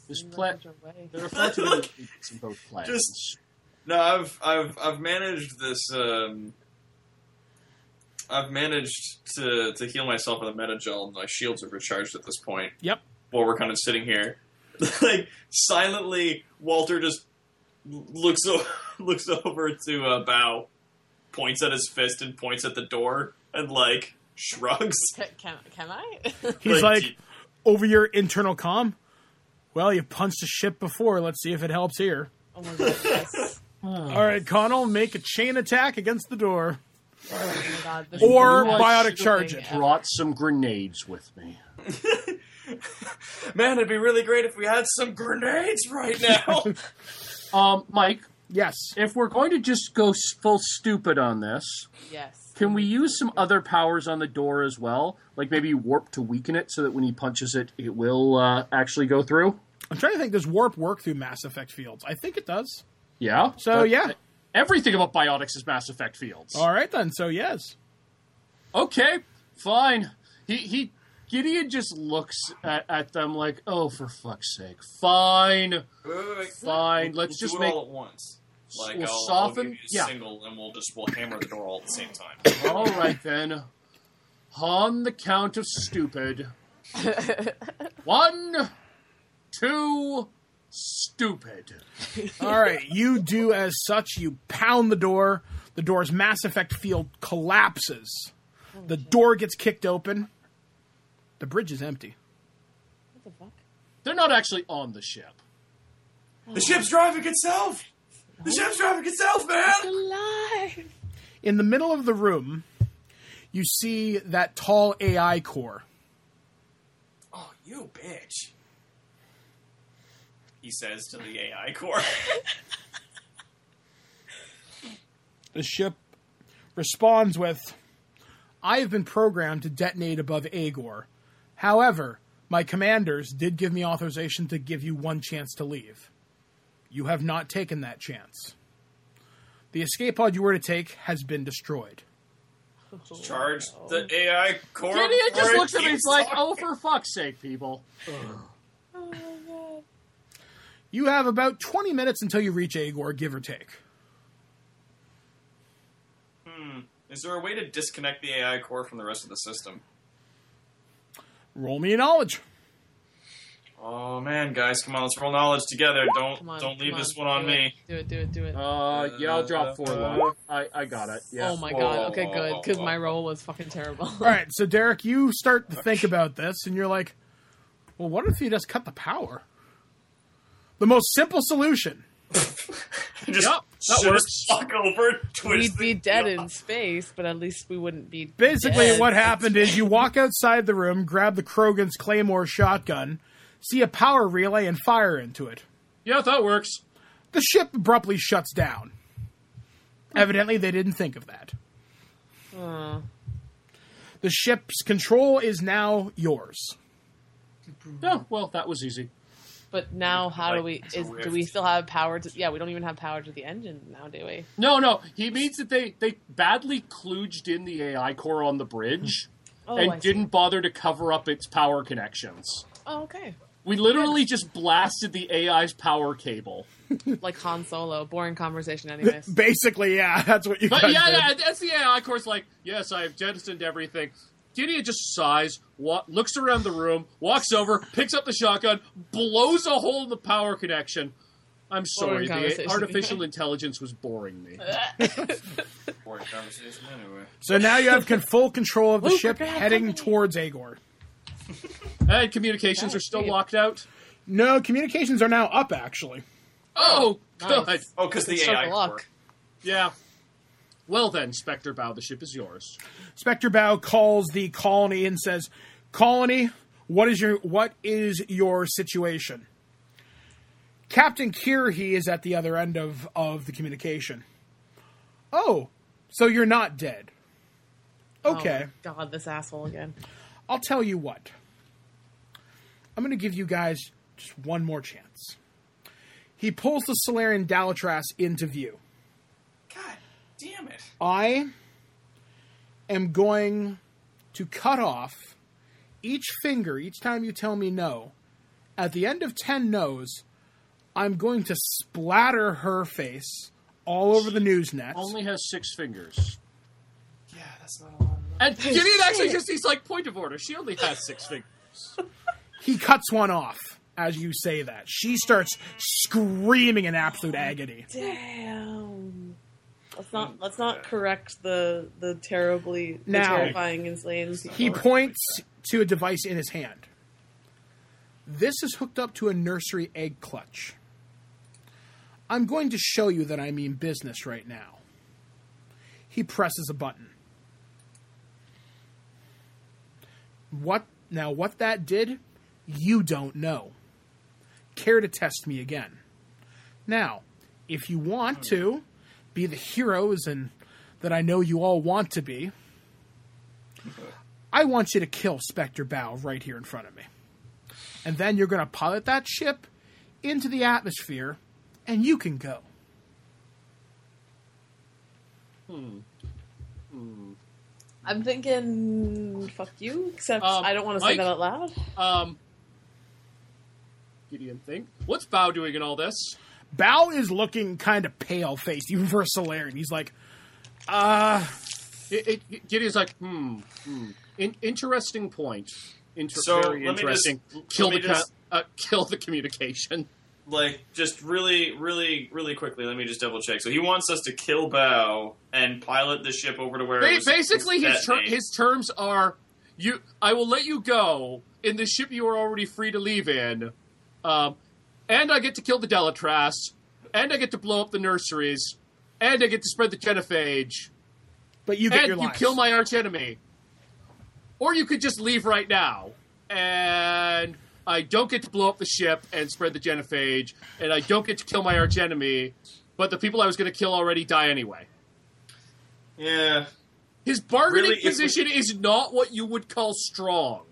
[SPEAKER 3] This pla-
[SPEAKER 5] Your way.
[SPEAKER 3] There are far too many leaks in both plans.
[SPEAKER 4] Just- no, I've I've I've managed this. Um, I've managed to to heal myself with a metagel, and my shields are recharged at this point.
[SPEAKER 2] Yep.
[SPEAKER 4] While we're kind of sitting here, like silently, Walter just looks o- looks over to uh, Bow, points at his fist and points at the door, and like shrugs.
[SPEAKER 5] Can, can, can I?
[SPEAKER 2] He's
[SPEAKER 4] Like-
[SPEAKER 2] like, over your internal comm. Well, you punched a ship before. Let's see if it helps here.
[SPEAKER 5] oh my god, yes.
[SPEAKER 2] All right, Connell, make a chain attack against the door.
[SPEAKER 5] Oh my god. This
[SPEAKER 2] Or
[SPEAKER 5] is the worst
[SPEAKER 2] biotic
[SPEAKER 5] fucking
[SPEAKER 2] charge
[SPEAKER 5] thing
[SPEAKER 2] it.
[SPEAKER 5] ever.
[SPEAKER 3] brought some grenades with me.
[SPEAKER 4] Man, it'd be really great if we had some grenades right now.
[SPEAKER 3] Um, Mike,
[SPEAKER 2] Yes.
[SPEAKER 3] if we're going to just go s- full stupid on this,
[SPEAKER 5] Yes.
[SPEAKER 3] Can we use some other powers on the door as well? Like maybe warp to weaken it so that when he punches it, it will uh, actually go through?
[SPEAKER 2] I'm trying to think. Does warp work through Mass Effect fields? I think it does.
[SPEAKER 3] Yeah.
[SPEAKER 2] So
[SPEAKER 3] That-
[SPEAKER 2] yeah.
[SPEAKER 3] Everything about biotics is Mass Effect fields.
[SPEAKER 2] All right then. So yes.
[SPEAKER 3] Okay, fine. He, he Gideon just looks at, at them like, oh, for fuck's sake. Fine,
[SPEAKER 4] Wait, wait, wait.
[SPEAKER 3] fine. Let's
[SPEAKER 4] We'll
[SPEAKER 3] just
[SPEAKER 4] do it
[SPEAKER 3] make.
[SPEAKER 4] all at once. Like
[SPEAKER 3] we'll
[SPEAKER 4] I'll,
[SPEAKER 3] soften-
[SPEAKER 4] I'll give you a
[SPEAKER 3] yeah.
[SPEAKER 4] single, and we'll just we'll hammer the door all at the same time.
[SPEAKER 3] All right then. On the count of stupid. One, two, stupid.
[SPEAKER 2] All right. You do as such. You pound the door. The door's Mass Effect field collapses. The door gets kicked open. The bridge is empty.
[SPEAKER 5] What the fuck?
[SPEAKER 3] They're not actually on the ship.
[SPEAKER 4] the ship's driving itself. The ship's driving itself, man.
[SPEAKER 5] Alive.
[SPEAKER 2] In the middle of the room, you see that tall AI core.
[SPEAKER 4] Oh, you bitch! He says to the AI core.
[SPEAKER 2] The ship responds with I have been programmed to detonate above Agor. However, my commanders did give me authorization to give you one chance to leave. You have not taken that chance. The escape pod you were to take has been destroyed.
[SPEAKER 4] Charge the AI core.
[SPEAKER 3] Gideon just
[SPEAKER 4] for
[SPEAKER 3] looks at me.
[SPEAKER 4] it.
[SPEAKER 3] He's like, "Oh, for fuck's sake, people!"
[SPEAKER 5] Oh
[SPEAKER 2] You have about 20 minutes until you reach Agor, give or take.
[SPEAKER 4] Is there a way to disconnect the AI core from the rest of the system?
[SPEAKER 2] Roll me a knowledge.
[SPEAKER 4] Oh man, guys, come on, let's roll knowledge together. Don't
[SPEAKER 5] Come on,
[SPEAKER 4] don't leave
[SPEAKER 5] come
[SPEAKER 4] this
[SPEAKER 5] on,
[SPEAKER 4] one on
[SPEAKER 5] do it,
[SPEAKER 4] me.
[SPEAKER 5] Do it, do it, do it.
[SPEAKER 3] Uh, yeah, I'll drop four. though. I I got it. Yeah.
[SPEAKER 5] oh my
[SPEAKER 4] whoa, whoa,
[SPEAKER 5] god. Okay,
[SPEAKER 4] whoa,
[SPEAKER 5] good.
[SPEAKER 4] whoa,
[SPEAKER 5] Because
[SPEAKER 4] whoa.
[SPEAKER 5] my roll was fucking terrible.
[SPEAKER 2] All right, so Derek, you start to think about this, and you're like, well, what if you just cut the power? The most simple solution.
[SPEAKER 4] Just
[SPEAKER 3] Yup, that
[SPEAKER 4] shoot
[SPEAKER 3] works.
[SPEAKER 4] us fuck over, twist
[SPEAKER 5] We'd be
[SPEAKER 4] the-
[SPEAKER 5] dead in space, but at least we wouldn't be.
[SPEAKER 2] Basically,
[SPEAKER 5] dead.
[SPEAKER 2] what happened is you walk outside the room, grab the Krogan's Claymore shotgun, see a power relay, and fire into it.
[SPEAKER 3] Yeah, that works.
[SPEAKER 2] The ship abruptly shuts down. Evidently, they didn't think of that.
[SPEAKER 5] Uh,
[SPEAKER 2] The ship's control is now yours.
[SPEAKER 3] Yeah, well, that was easy.
[SPEAKER 5] but now, how do we?
[SPEAKER 4] Like,
[SPEAKER 5] Is,
[SPEAKER 4] drift.
[SPEAKER 5] do we still have power to? Yeah, we don't even have power to the engine now, do we?
[SPEAKER 3] No, no, he means that they they badly kludged in the AI core on the bridge
[SPEAKER 5] Oh,
[SPEAKER 3] and
[SPEAKER 5] I see.
[SPEAKER 3] didn't bother to cover up its power connections.
[SPEAKER 5] Oh, okay.
[SPEAKER 3] We literally just blasted the AI's power cable.
[SPEAKER 5] Like Han Solo. Boring conversation, anyways.
[SPEAKER 2] Basically, yeah, that's what you
[SPEAKER 3] But
[SPEAKER 2] guys
[SPEAKER 3] yeah,
[SPEAKER 2] did.
[SPEAKER 3] yeah, that's the AI course. Like, yes, I have jettisoned everything. Gideon just sighs, wa- looks around the room, walks over, picks up the shotgun, blows a hole in the power connection. I'm sorry,
[SPEAKER 5] Boring
[SPEAKER 3] the
[SPEAKER 5] conversation. Uh,
[SPEAKER 3] artificial intelligence was boring me.
[SPEAKER 4] Boring conversation anyway.
[SPEAKER 2] So now you have con- full control of the
[SPEAKER 5] Luke,
[SPEAKER 2] ship
[SPEAKER 5] we're gonna have
[SPEAKER 2] heading
[SPEAKER 5] company.
[SPEAKER 2] towards Agor.
[SPEAKER 3] And communications
[SPEAKER 5] Yeah,
[SPEAKER 3] are still
[SPEAKER 5] see it.
[SPEAKER 3] locked out.
[SPEAKER 2] No, communications are now up, actually.
[SPEAKER 3] Oh,
[SPEAKER 5] Nice.
[SPEAKER 3] good.
[SPEAKER 4] Oh, because the
[SPEAKER 5] Circle
[SPEAKER 4] AI core.
[SPEAKER 5] lock.
[SPEAKER 3] Yeah. Well then, Spectre Bow, the ship is yours.
[SPEAKER 2] Spectre Bow calls the colony and says, Colony, what is your what is your situation? Captain Kirhi is at the other end of, of the communication. Oh, so you're not dead. Okay.
[SPEAKER 5] Oh, God, this asshole again.
[SPEAKER 2] I'll tell you what. I'm going to give you guys just one more chance. He pulls the Solarian Dalatras into view.
[SPEAKER 4] God damn it.
[SPEAKER 3] Oh.
[SPEAKER 2] I am going to cut off each finger each time you tell me no. At the end of 10 no's, I'm going to splatter her face all over the news net.
[SPEAKER 3] Only has six fingers.
[SPEAKER 4] Yeah, that's not a lot.
[SPEAKER 3] And Gideon actually just he's like, point of order, she only has six fingers.
[SPEAKER 2] he cuts one off as you say that. She starts screaming in absolute agony.
[SPEAKER 5] Damn. Let's not let's not correct the the terribly the
[SPEAKER 2] Now-
[SPEAKER 5] terrifying insane.
[SPEAKER 2] He points to a device in his hand. This is hooked up to a nursery egg clutch. I'm going to show you that I mean business right now. He presses a button. What now what that did, you don't know. Care to test me again. Now, if you want to be the heroes and that I know you all want to be, I want you to kill Spectre Bow right here in front of me. And then you're going to pilot that ship into the atmosphere, and you can go.
[SPEAKER 5] I'm thinking, fuck you. Except
[SPEAKER 3] Um,
[SPEAKER 5] I don't want to say
[SPEAKER 3] Mike?
[SPEAKER 5] that out loud.
[SPEAKER 3] Um Gideon think. What's Bow doing in all this?
[SPEAKER 2] Bow is looking kind of pale faced, even for a Solarian. He's like,
[SPEAKER 3] It, it, Gideon's like, hmm, hmm. In, interesting point. Inter-
[SPEAKER 4] So,
[SPEAKER 3] very
[SPEAKER 4] let me just-
[SPEAKER 3] interesting.
[SPEAKER 4] let
[SPEAKER 3] kill
[SPEAKER 4] me
[SPEAKER 3] the ca-
[SPEAKER 4] just-
[SPEAKER 3] uh, kill the communication.
[SPEAKER 4] Like, just really, really, really quickly, let me just double check. So he wants us to kill Bao and pilot the ship over to where it
[SPEAKER 3] Ba-
[SPEAKER 4] was
[SPEAKER 3] basically, his ter-
[SPEAKER 4] detonated.
[SPEAKER 3] his terms are: you, I will let you go in the ship you are already free to leave in, um, and I get to kill the Delatras, and I get to blow up the nurseries, and I get to spread the genophage,
[SPEAKER 2] but you get
[SPEAKER 3] and
[SPEAKER 2] your
[SPEAKER 3] you
[SPEAKER 2] lives.
[SPEAKER 3] kill my archenemy. Or you could just leave right now, and I don't get to blow up the ship and spread the genophage, and I don't get to kill my archenemy, but the people I was going to kill already die anyway.
[SPEAKER 4] Yeah.
[SPEAKER 3] His bargaining
[SPEAKER 4] Really, if we-
[SPEAKER 3] position is not what you would call strong.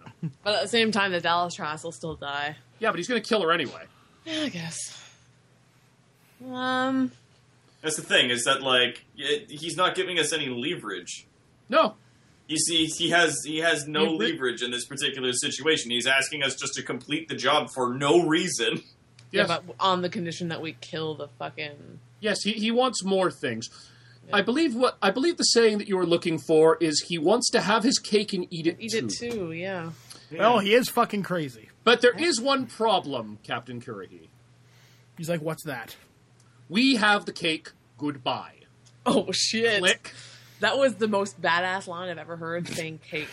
[SPEAKER 5] But at the same time, the Dallas Trask will still die.
[SPEAKER 3] Yeah, but he's going to kill her anyway.
[SPEAKER 5] Yeah, I guess. Um,
[SPEAKER 4] That's the thing is that like it, he's not giving us any leverage.
[SPEAKER 3] No,
[SPEAKER 4] You see, he has he has no
[SPEAKER 3] Lever-
[SPEAKER 4] leverage in this particular situation. He's asking us just to complete the job for no reason.
[SPEAKER 5] yeah,
[SPEAKER 3] Yes.
[SPEAKER 5] but on the condition that we kill the fucking.
[SPEAKER 3] Yes, he, he wants more things. I believe what I believe the saying that you were looking for is he wants to have his cake and eat it,
[SPEAKER 5] Eat
[SPEAKER 3] too.
[SPEAKER 5] it too, yeah.
[SPEAKER 2] Well, he is fucking crazy.
[SPEAKER 3] But there is one problem, Captain Currie.
[SPEAKER 2] He's like, what's that?
[SPEAKER 3] We have the cake. Goodbye.
[SPEAKER 5] Oh shit!
[SPEAKER 3] Click.
[SPEAKER 5] That was the most badass line I've ever heard. Saying cake.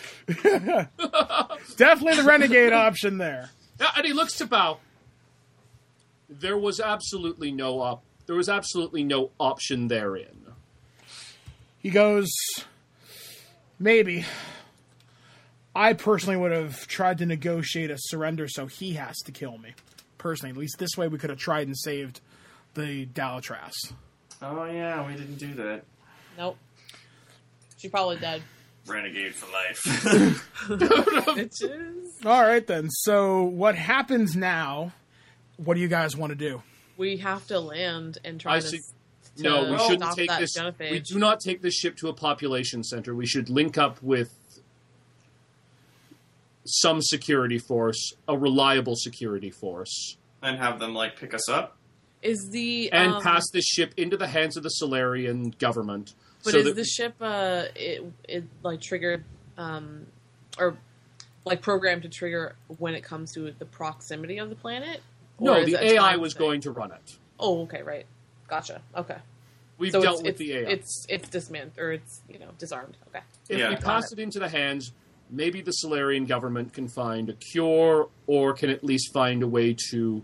[SPEAKER 2] Definitely the renegade option there.
[SPEAKER 3] Yeah, and he looks to Bao. There was absolutely no op. There was absolutely no option therein.
[SPEAKER 2] He goes, maybe. I personally would have tried to negotiate a surrender, so he has to kill me. Personally, at least this way we could have tried and saved the Dalatras.
[SPEAKER 4] Oh yeah, we didn't do that.
[SPEAKER 5] Nope. She probably died.
[SPEAKER 4] Renegade for life.
[SPEAKER 5] Bitches.
[SPEAKER 2] All right then. So what happens now? What do you guys want to do?
[SPEAKER 5] We have to land and try
[SPEAKER 3] I
[SPEAKER 5] to.
[SPEAKER 3] see.
[SPEAKER 5] s- to
[SPEAKER 3] No, we shouldn't
[SPEAKER 5] stop
[SPEAKER 3] take
[SPEAKER 5] that
[SPEAKER 3] this.
[SPEAKER 5] Genophage.
[SPEAKER 3] We do not take this ship to a population center. We should link up with some security force, a reliable security force,
[SPEAKER 4] and have them like pick us up.
[SPEAKER 5] Is the
[SPEAKER 3] and
[SPEAKER 5] um,
[SPEAKER 3] pass this ship into the hands of the Solarian government.
[SPEAKER 5] But
[SPEAKER 3] so
[SPEAKER 5] is
[SPEAKER 3] that
[SPEAKER 5] the ship uh it it like triggered um or like programmed to trigger when it comes to the proximity of the planet? Or
[SPEAKER 3] no,
[SPEAKER 5] is
[SPEAKER 3] the
[SPEAKER 5] it a
[SPEAKER 3] AI
[SPEAKER 5] time
[SPEAKER 3] was
[SPEAKER 5] thing?
[SPEAKER 3] going to run it.
[SPEAKER 5] Oh, okay, right. Gotcha. Okay.
[SPEAKER 3] We've
[SPEAKER 5] so
[SPEAKER 3] dealt
[SPEAKER 5] it's,
[SPEAKER 3] with
[SPEAKER 5] it's,
[SPEAKER 3] the AI.
[SPEAKER 5] It's it's dismantled or it's you know disarmed. Okay.
[SPEAKER 3] if
[SPEAKER 4] Yeah.
[SPEAKER 3] we
[SPEAKER 4] Got
[SPEAKER 3] pass it. into the hands, maybe the Solarian government can find a cure, or can at least find a way to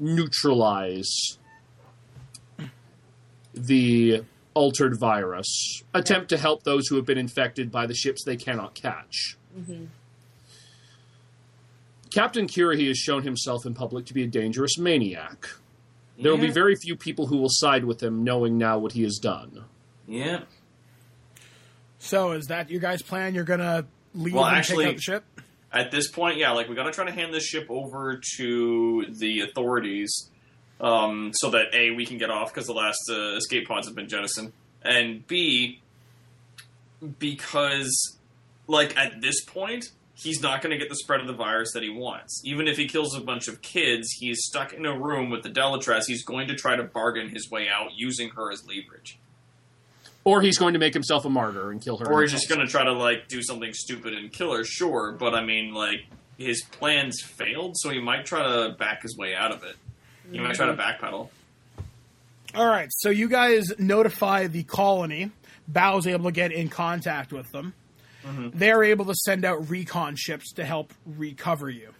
[SPEAKER 3] neutralize the altered virus. Attempt to help those who have been infected by the ships they cannot catch. Captain Kirahi has shown himself in public to be a dangerous maniac. There will be
[SPEAKER 4] Yeah.
[SPEAKER 3] very few people who will side with him, knowing now what he has done.
[SPEAKER 4] Yeah.
[SPEAKER 2] So is that your guys' plan? You're gonna leave
[SPEAKER 4] Well,
[SPEAKER 2] and
[SPEAKER 4] actually-
[SPEAKER 2] pick up the ship?
[SPEAKER 4] At this point, yeah, like we gotta try to hand this ship over to the authorities, um, so that a we can get off because the last uh, escape pods have been jettisoned, and b because like at this point he's not gonna get the spread of the virus that he wants. Even if he kills a bunch of kids, he's stuck in a room with the Delatras. He's going to try to bargain his way out using her as leverage.
[SPEAKER 3] Or he's going to make himself a martyr and kill her.
[SPEAKER 4] Or he's just
[SPEAKER 3] himself.
[SPEAKER 4] gonna try to like do something stupid and kill her, sure, but I mean like his plans failed, so he might try to back his way out of it. He might try to backpedal.
[SPEAKER 2] All right. So you guys notify the colony. Bao's able to get in contact with them.
[SPEAKER 3] Mm-hmm.
[SPEAKER 2] They're able to send out recon ships to help recover you.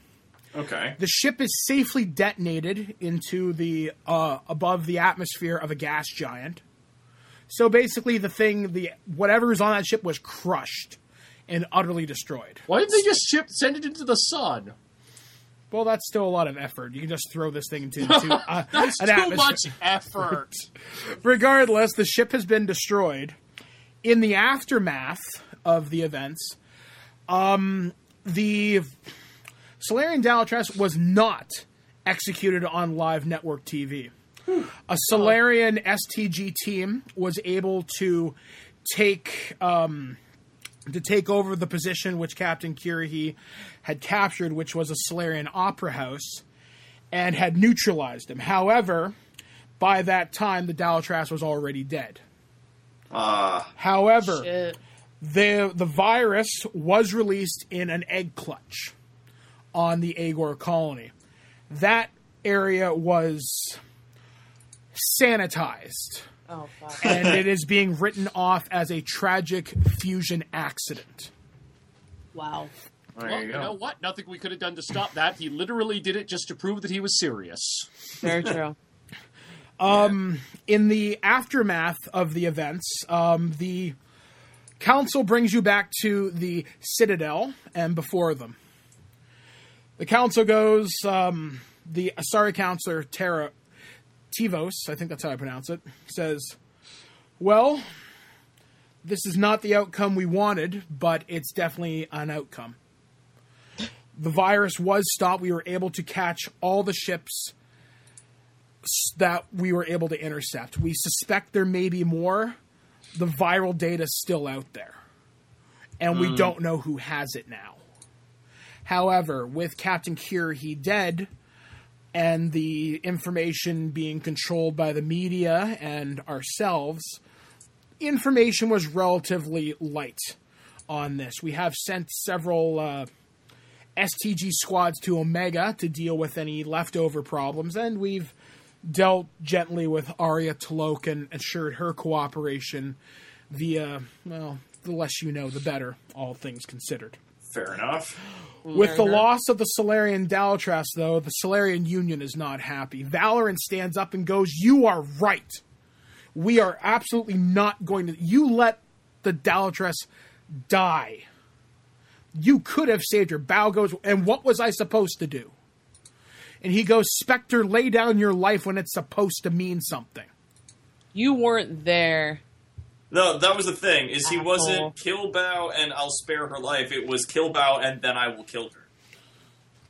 [SPEAKER 4] Okay.
[SPEAKER 2] The ship is safely detonated into the uh, above the atmosphere of a gas giant. So basically, the thing, the whatever is on that ship was crushed and utterly destroyed.
[SPEAKER 3] Why didn't they just ship send it into the sun?
[SPEAKER 2] Well, that's still a lot of effort. You can just throw this thing into, into uh,
[SPEAKER 3] That's
[SPEAKER 2] an
[SPEAKER 3] too
[SPEAKER 2] atmosphere.
[SPEAKER 3] much effort.
[SPEAKER 2] Regardless, the ship has been destroyed. In the aftermath of the events, um, the Solarian Dalatras was not executed on live network TV. A Solarian STG team was able to take um, to take over the position which Captain Kirihi had captured, which was a Solarian opera house, and had neutralized him. However, by that time, the Dalatras was already dead.
[SPEAKER 4] Ah,
[SPEAKER 2] However,
[SPEAKER 5] Shit.
[SPEAKER 2] the the virus was released in an egg clutch on the Agor colony. That area was sanitized,
[SPEAKER 5] Oh fuck.
[SPEAKER 2] and it is being written off as a tragic fusion accident.
[SPEAKER 5] wow.
[SPEAKER 4] there
[SPEAKER 3] well,
[SPEAKER 4] you
[SPEAKER 3] you
[SPEAKER 4] go.
[SPEAKER 3] know what? Nothing we could have done to stop that. He literally did it just to prove that he was serious.
[SPEAKER 5] Very true.
[SPEAKER 2] in the aftermath of the events, um, the council brings you back to the citadel and before them. The council goes, um, the Asari counselor, Tara Tivos, I think that's how I pronounce it, says, Well, this is not the outcome we wanted, but it's definitely an outcome. The virus was stopped. We were able to catch all the ships s- that we were able to intercept. We suspect there may be more. The viral data's still out there, and we don't know who has it now. However, with Captain Cure, he dead, and the information being controlled by the media and ourselves, information was relatively light on this. We have sent several. Uh, STG squads to Omega to deal with any leftover problems, and we've dealt gently with Arya Taloke and assured her cooperation via, well, the less you know, the better, all things considered.
[SPEAKER 4] Fair enough.
[SPEAKER 2] With the loss of the Solarian Dalatras, though, the Solarian Union is not happy. Valorant stands up and goes, You are right. We are absolutely not going to. You let the Dalatras die. You could have saved her. Bow goes, And what was I supposed to do? And he goes, Spectre, lay down your life when it's supposed to mean something.
[SPEAKER 5] You weren't there.
[SPEAKER 4] No, that was the thing. Is he
[SPEAKER 5] Asshole.
[SPEAKER 4] wasn't kill Bao and I'll spare her life. It was kill Bao and then I will kill her.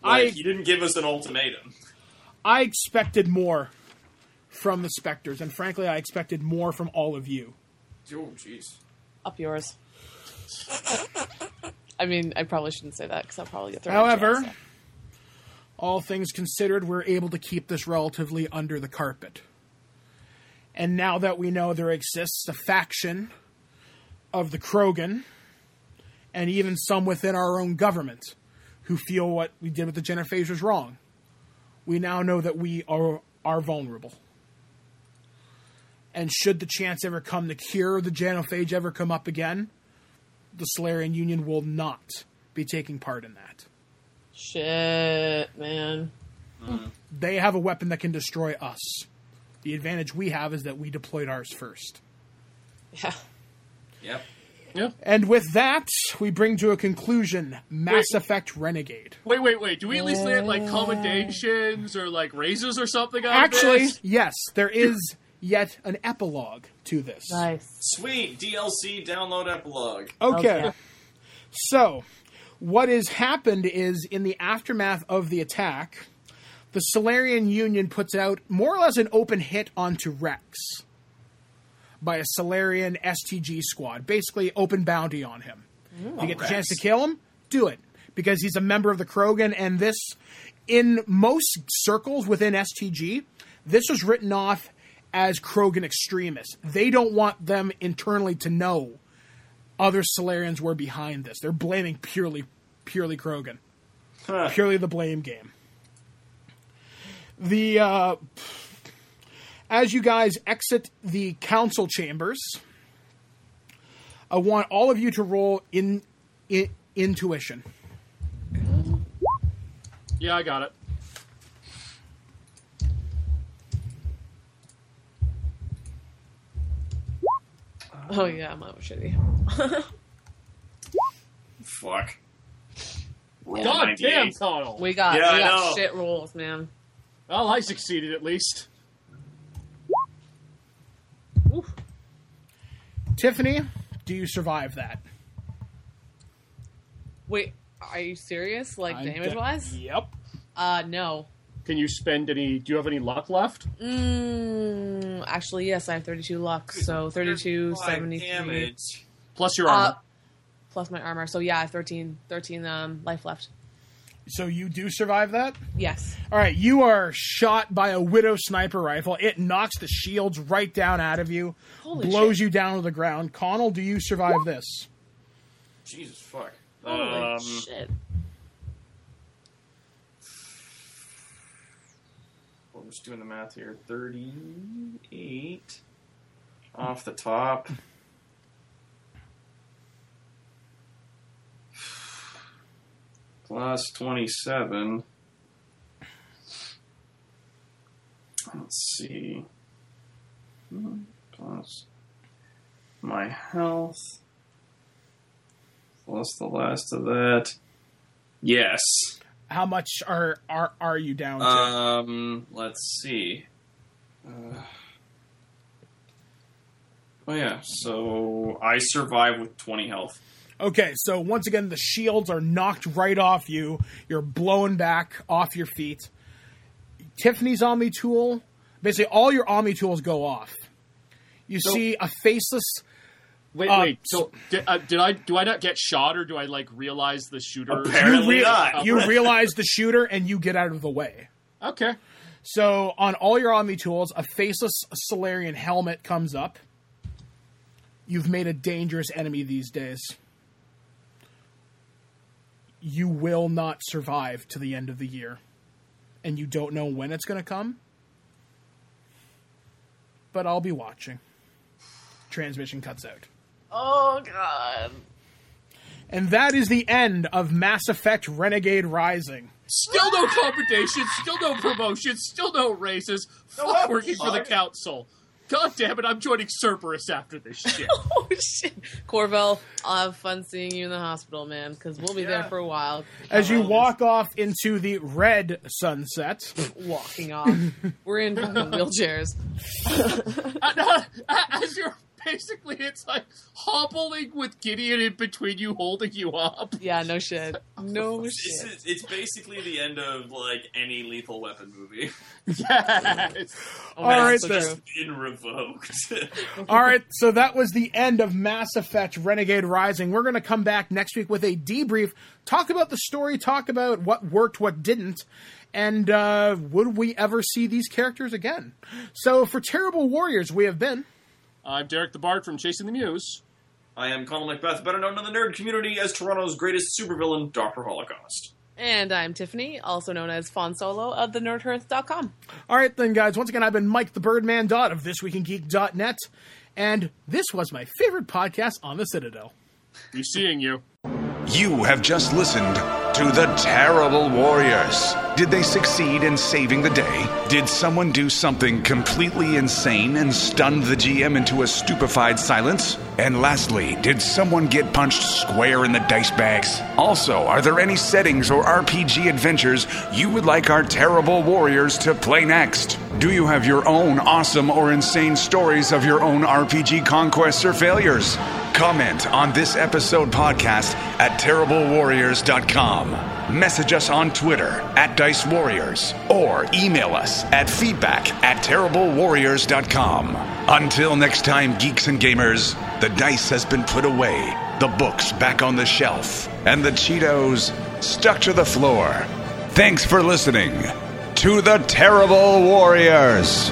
[SPEAKER 4] Like,
[SPEAKER 2] I-
[SPEAKER 4] he didn't give us an ultimatum.
[SPEAKER 2] I expected more from the Spectres, and frankly, I expected more from all of you.
[SPEAKER 4] Oh, jeez.
[SPEAKER 5] Up yours. I mean, I probably shouldn't say that because I'll probably get thrown. in
[SPEAKER 2] However,
[SPEAKER 5] jail, so.
[SPEAKER 2] all things considered, we're able to keep this relatively under the carpet. And now that we know there exists a faction of the Krogan, and even some within our own government, who feel what we did with the Genophage was wrong, we now know that we are, are vulnerable. And should the chance ever come to cure the Genophage ever come up again, the Solarian Union will not be taking part in that.
[SPEAKER 5] shit, man.
[SPEAKER 2] they have a weapon that can destroy us. The advantage we have is that we deployed ours first.
[SPEAKER 5] Yeah.
[SPEAKER 4] Yep.
[SPEAKER 3] Yeah.
[SPEAKER 2] And with that, we bring to a conclusion Mass
[SPEAKER 3] Wait.
[SPEAKER 2] Effect Renegade.
[SPEAKER 3] Wait, wait, wait. Do we at least land like commendations or like raises or something? Out
[SPEAKER 2] Actually,
[SPEAKER 3] of this?
[SPEAKER 2] yes, there is yet an epilogue to this.
[SPEAKER 5] Nice.
[SPEAKER 4] Sweet DLC download epilogue.
[SPEAKER 2] Okay.
[SPEAKER 5] Okay.
[SPEAKER 2] So, what has happened is in the aftermath of the attack, the Solarian Union puts out more or less an open hit onto Rex by a Solarian STG squad, basically open bounty on him. If you get the
[SPEAKER 4] Rex.
[SPEAKER 2] chance to kill him, do it because he's a member of the Krogan, and this, in most circles within STG, this was written off as Krogan extremists. They don't want them internally to know other Solarians were behind this. They're blaming purely, purely Krogan,
[SPEAKER 4] Huh.
[SPEAKER 2] purely the blame game. The uh, as you guys exit the council chambers, I want all of you to roll in, in intuition.
[SPEAKER 3] yeah, I got it.
[SPEAKER 5] Oh yeah, mine was shitty.
[SPEAKER 4] Fuck. Roll a
[SPEAKER 3] God
[SPEAKER 4] 98.
[SPEAKER 3] damn, Connell.
[SPEAKER 5] We got
[SPEAKER 4] Yeah,
[SPEAKER 5] we
[SPEAKER 4] I
[SPEAKER 5] got
[SPEAKER 4] know.
[SPEAKER 5] shit rules, man.
[SPEAKER 3] Well, I succeeded at least.
[SPEAKER 5] Oof.
[SPEAKER 2] Tiffany, do you survive that?
[SPEAKER 5] Wait, are you serious? Like
[SPEAKER 2] I'm
[SPEAKER 5] damage wise?
[SPEAKER 2] de- Yep.
[SPEAKER 5] Uh, no.
[SPEAKER 3] Can you spend any? Do you have any luck left?
[SPEAKER 5] Mm, actually, yes, I have 32 luck, so 32,
[SPEAKER 4] Five
[SPEAKER 5] 73,
[SPEAKER 4] damage.
[SPEAKER 3] Plus your
[SPEAKER 5] uh,
[SPEAKER 3] armor.
[SPEAKER 5] plus my armor. So yeah, I have 13, 13 um, life left.
[SPEAKER 2] So you do survive that?
[SPEAKER 5] Yes.
[SPEAKER 2] All right, you are shot by a widow sniper rifle. It knocks the shields right down out of you,
[SPEAKER 5] Holy
[SPEAKER 2] blows
[SPEAKER 5] shit.
[SPEAKER 2] you down to the ground. Connell, do you survive this?
[SPEAKER 4] Jesus fuck.
[SPEAKER 5] Holy
[SPEAKER 4] Um,
[SPEAKER 5] shit.
[SPEAKER 4] well, I'm just doing the math here. 38 off the top. Plus 27. Let's see. Hmm, Plus my health. Plus the last of that. Yes.
[SPEAKER 2] How much are are, are you down to?
[SPEAKER 4] Um, let's see. Uh, oh yeah, so I survive with twenty health.
[SPEAKER 2] Okay, so once again, the shields are knocked right off you. You're blown back off your feet. Tiffany's Omni Tool Basically, all your Omni tools go off. You see a faceless.
[SPEAKER 3] Wait,
[SPEAKER 2] Uh,
[SPEAKER 3] wait. So did, uh, did I? Do I not get shot, or do I like realize the shooter?
[SPEAKER 4] Apparently.
[SPEAKER 2] you,
[SPEAKER 4] not.
[SPEAKER 2] you realize the shooter and you get out of the way.
[SPEAKER 3] Okay.
[SPEAKER 2] So on all your Omni tools, a faceless Solarian helmet comes up. You've made a dangerous enemy these days. You will not survive to the end of the year. And you don't know when it's going to come. But I'll be watching. Transmission cuts out.
[SPEAKER 5] Oh god.
[SPEAKER 2] And that is the end of Mass Effect Renegade Rising.
[SPEAKER 3] Still no compensation. Still no promotion. Still no raises. Fuck
[SPEAKER 4] I'm
[SPEAKER 3] working for the
[SPEAKER 4] sorry.
[SPEAKER 3] council. God damn it! I'm joining Cerberus after this shit.
[SPEAKER 5] Oh shit. Corvell, I'll have fun seeing you in the hospital, man, because we'll be there
[SPEAKER 4] Yeah.
[SPEAKER 5] for a while.
[SPEAKER 2] As you walk off into the red sunset.
[SPEAKER 5] Walking off. We're in fucking wheelchairs.
[SPEAKER 3] And, uh, as you're basically, it's like hobbling with Gideon in between you, holding you up.
[SPEAKER 5] Yeah, no shit. No
[SPEAKER 4] This
[SPEAKER 5] shit.
[SPEAKER 4] is, it's basically the end of like any Lethal Weapon movie.
[SPEAKER 3] Yes.
[SPEAKER 5] Oh, man,
[SPEAKER 2] All right,
[SPEAKER 5] that's so
[SPEAKER 2] then.
[SPEAKER 5] true.
[SPEAKER 4] Been revoked.
[SPEAKER 2] All right, so that was the end of Mass Effect Renegade Rising. We're going to come back next week with a debrief, talk about the story, talk about what worked, what didn't, and uh, would we ever see these characters again? So, for Terrible Warriors, we have been.
[SPEAKER 3] I'm Derek the Bard from Chasing the Muse.
[SPEAKER 4] I am Colin Macbeth, better known in the nerd community as Toronto's greatest supervillain, Doctor Holocaust.
[SPEAKER 5] And I'm Tiffany, also known as Fawn Solo of the nerdhearth.com.
[SPEAKER 2] All right, then, guys, once again, I've been Mike the Birdman Dodd of ThisWeekinGeek.net, and this was my favorite podcast on the Citadel.
[SPEAKER 3] Be seeing you.
[SPEAKER 1] You have just listened to The Terrible Warriors. Did they succeed in saving the day? Did someone do something completely insane and stunned the GM into a stupefied silence? And lastly, did someone get punched square in the dice bags? Also, are there any settings or RPG adventures you would like our Terrible Warriors to play next? Do you have your own awesome or insane stories of your own RPG conquests or failures? Comment on this episode podcast at terriblewarriors.com. Message us on Twitter at Dice Warriors or email us at feedback at terriblewarriors.com. Until next time, geeks and gamers, the dice has been put away, the books back on the shelf, and the Cheetos stuck to the floor. Thanks for listening to the Terrible Warriors.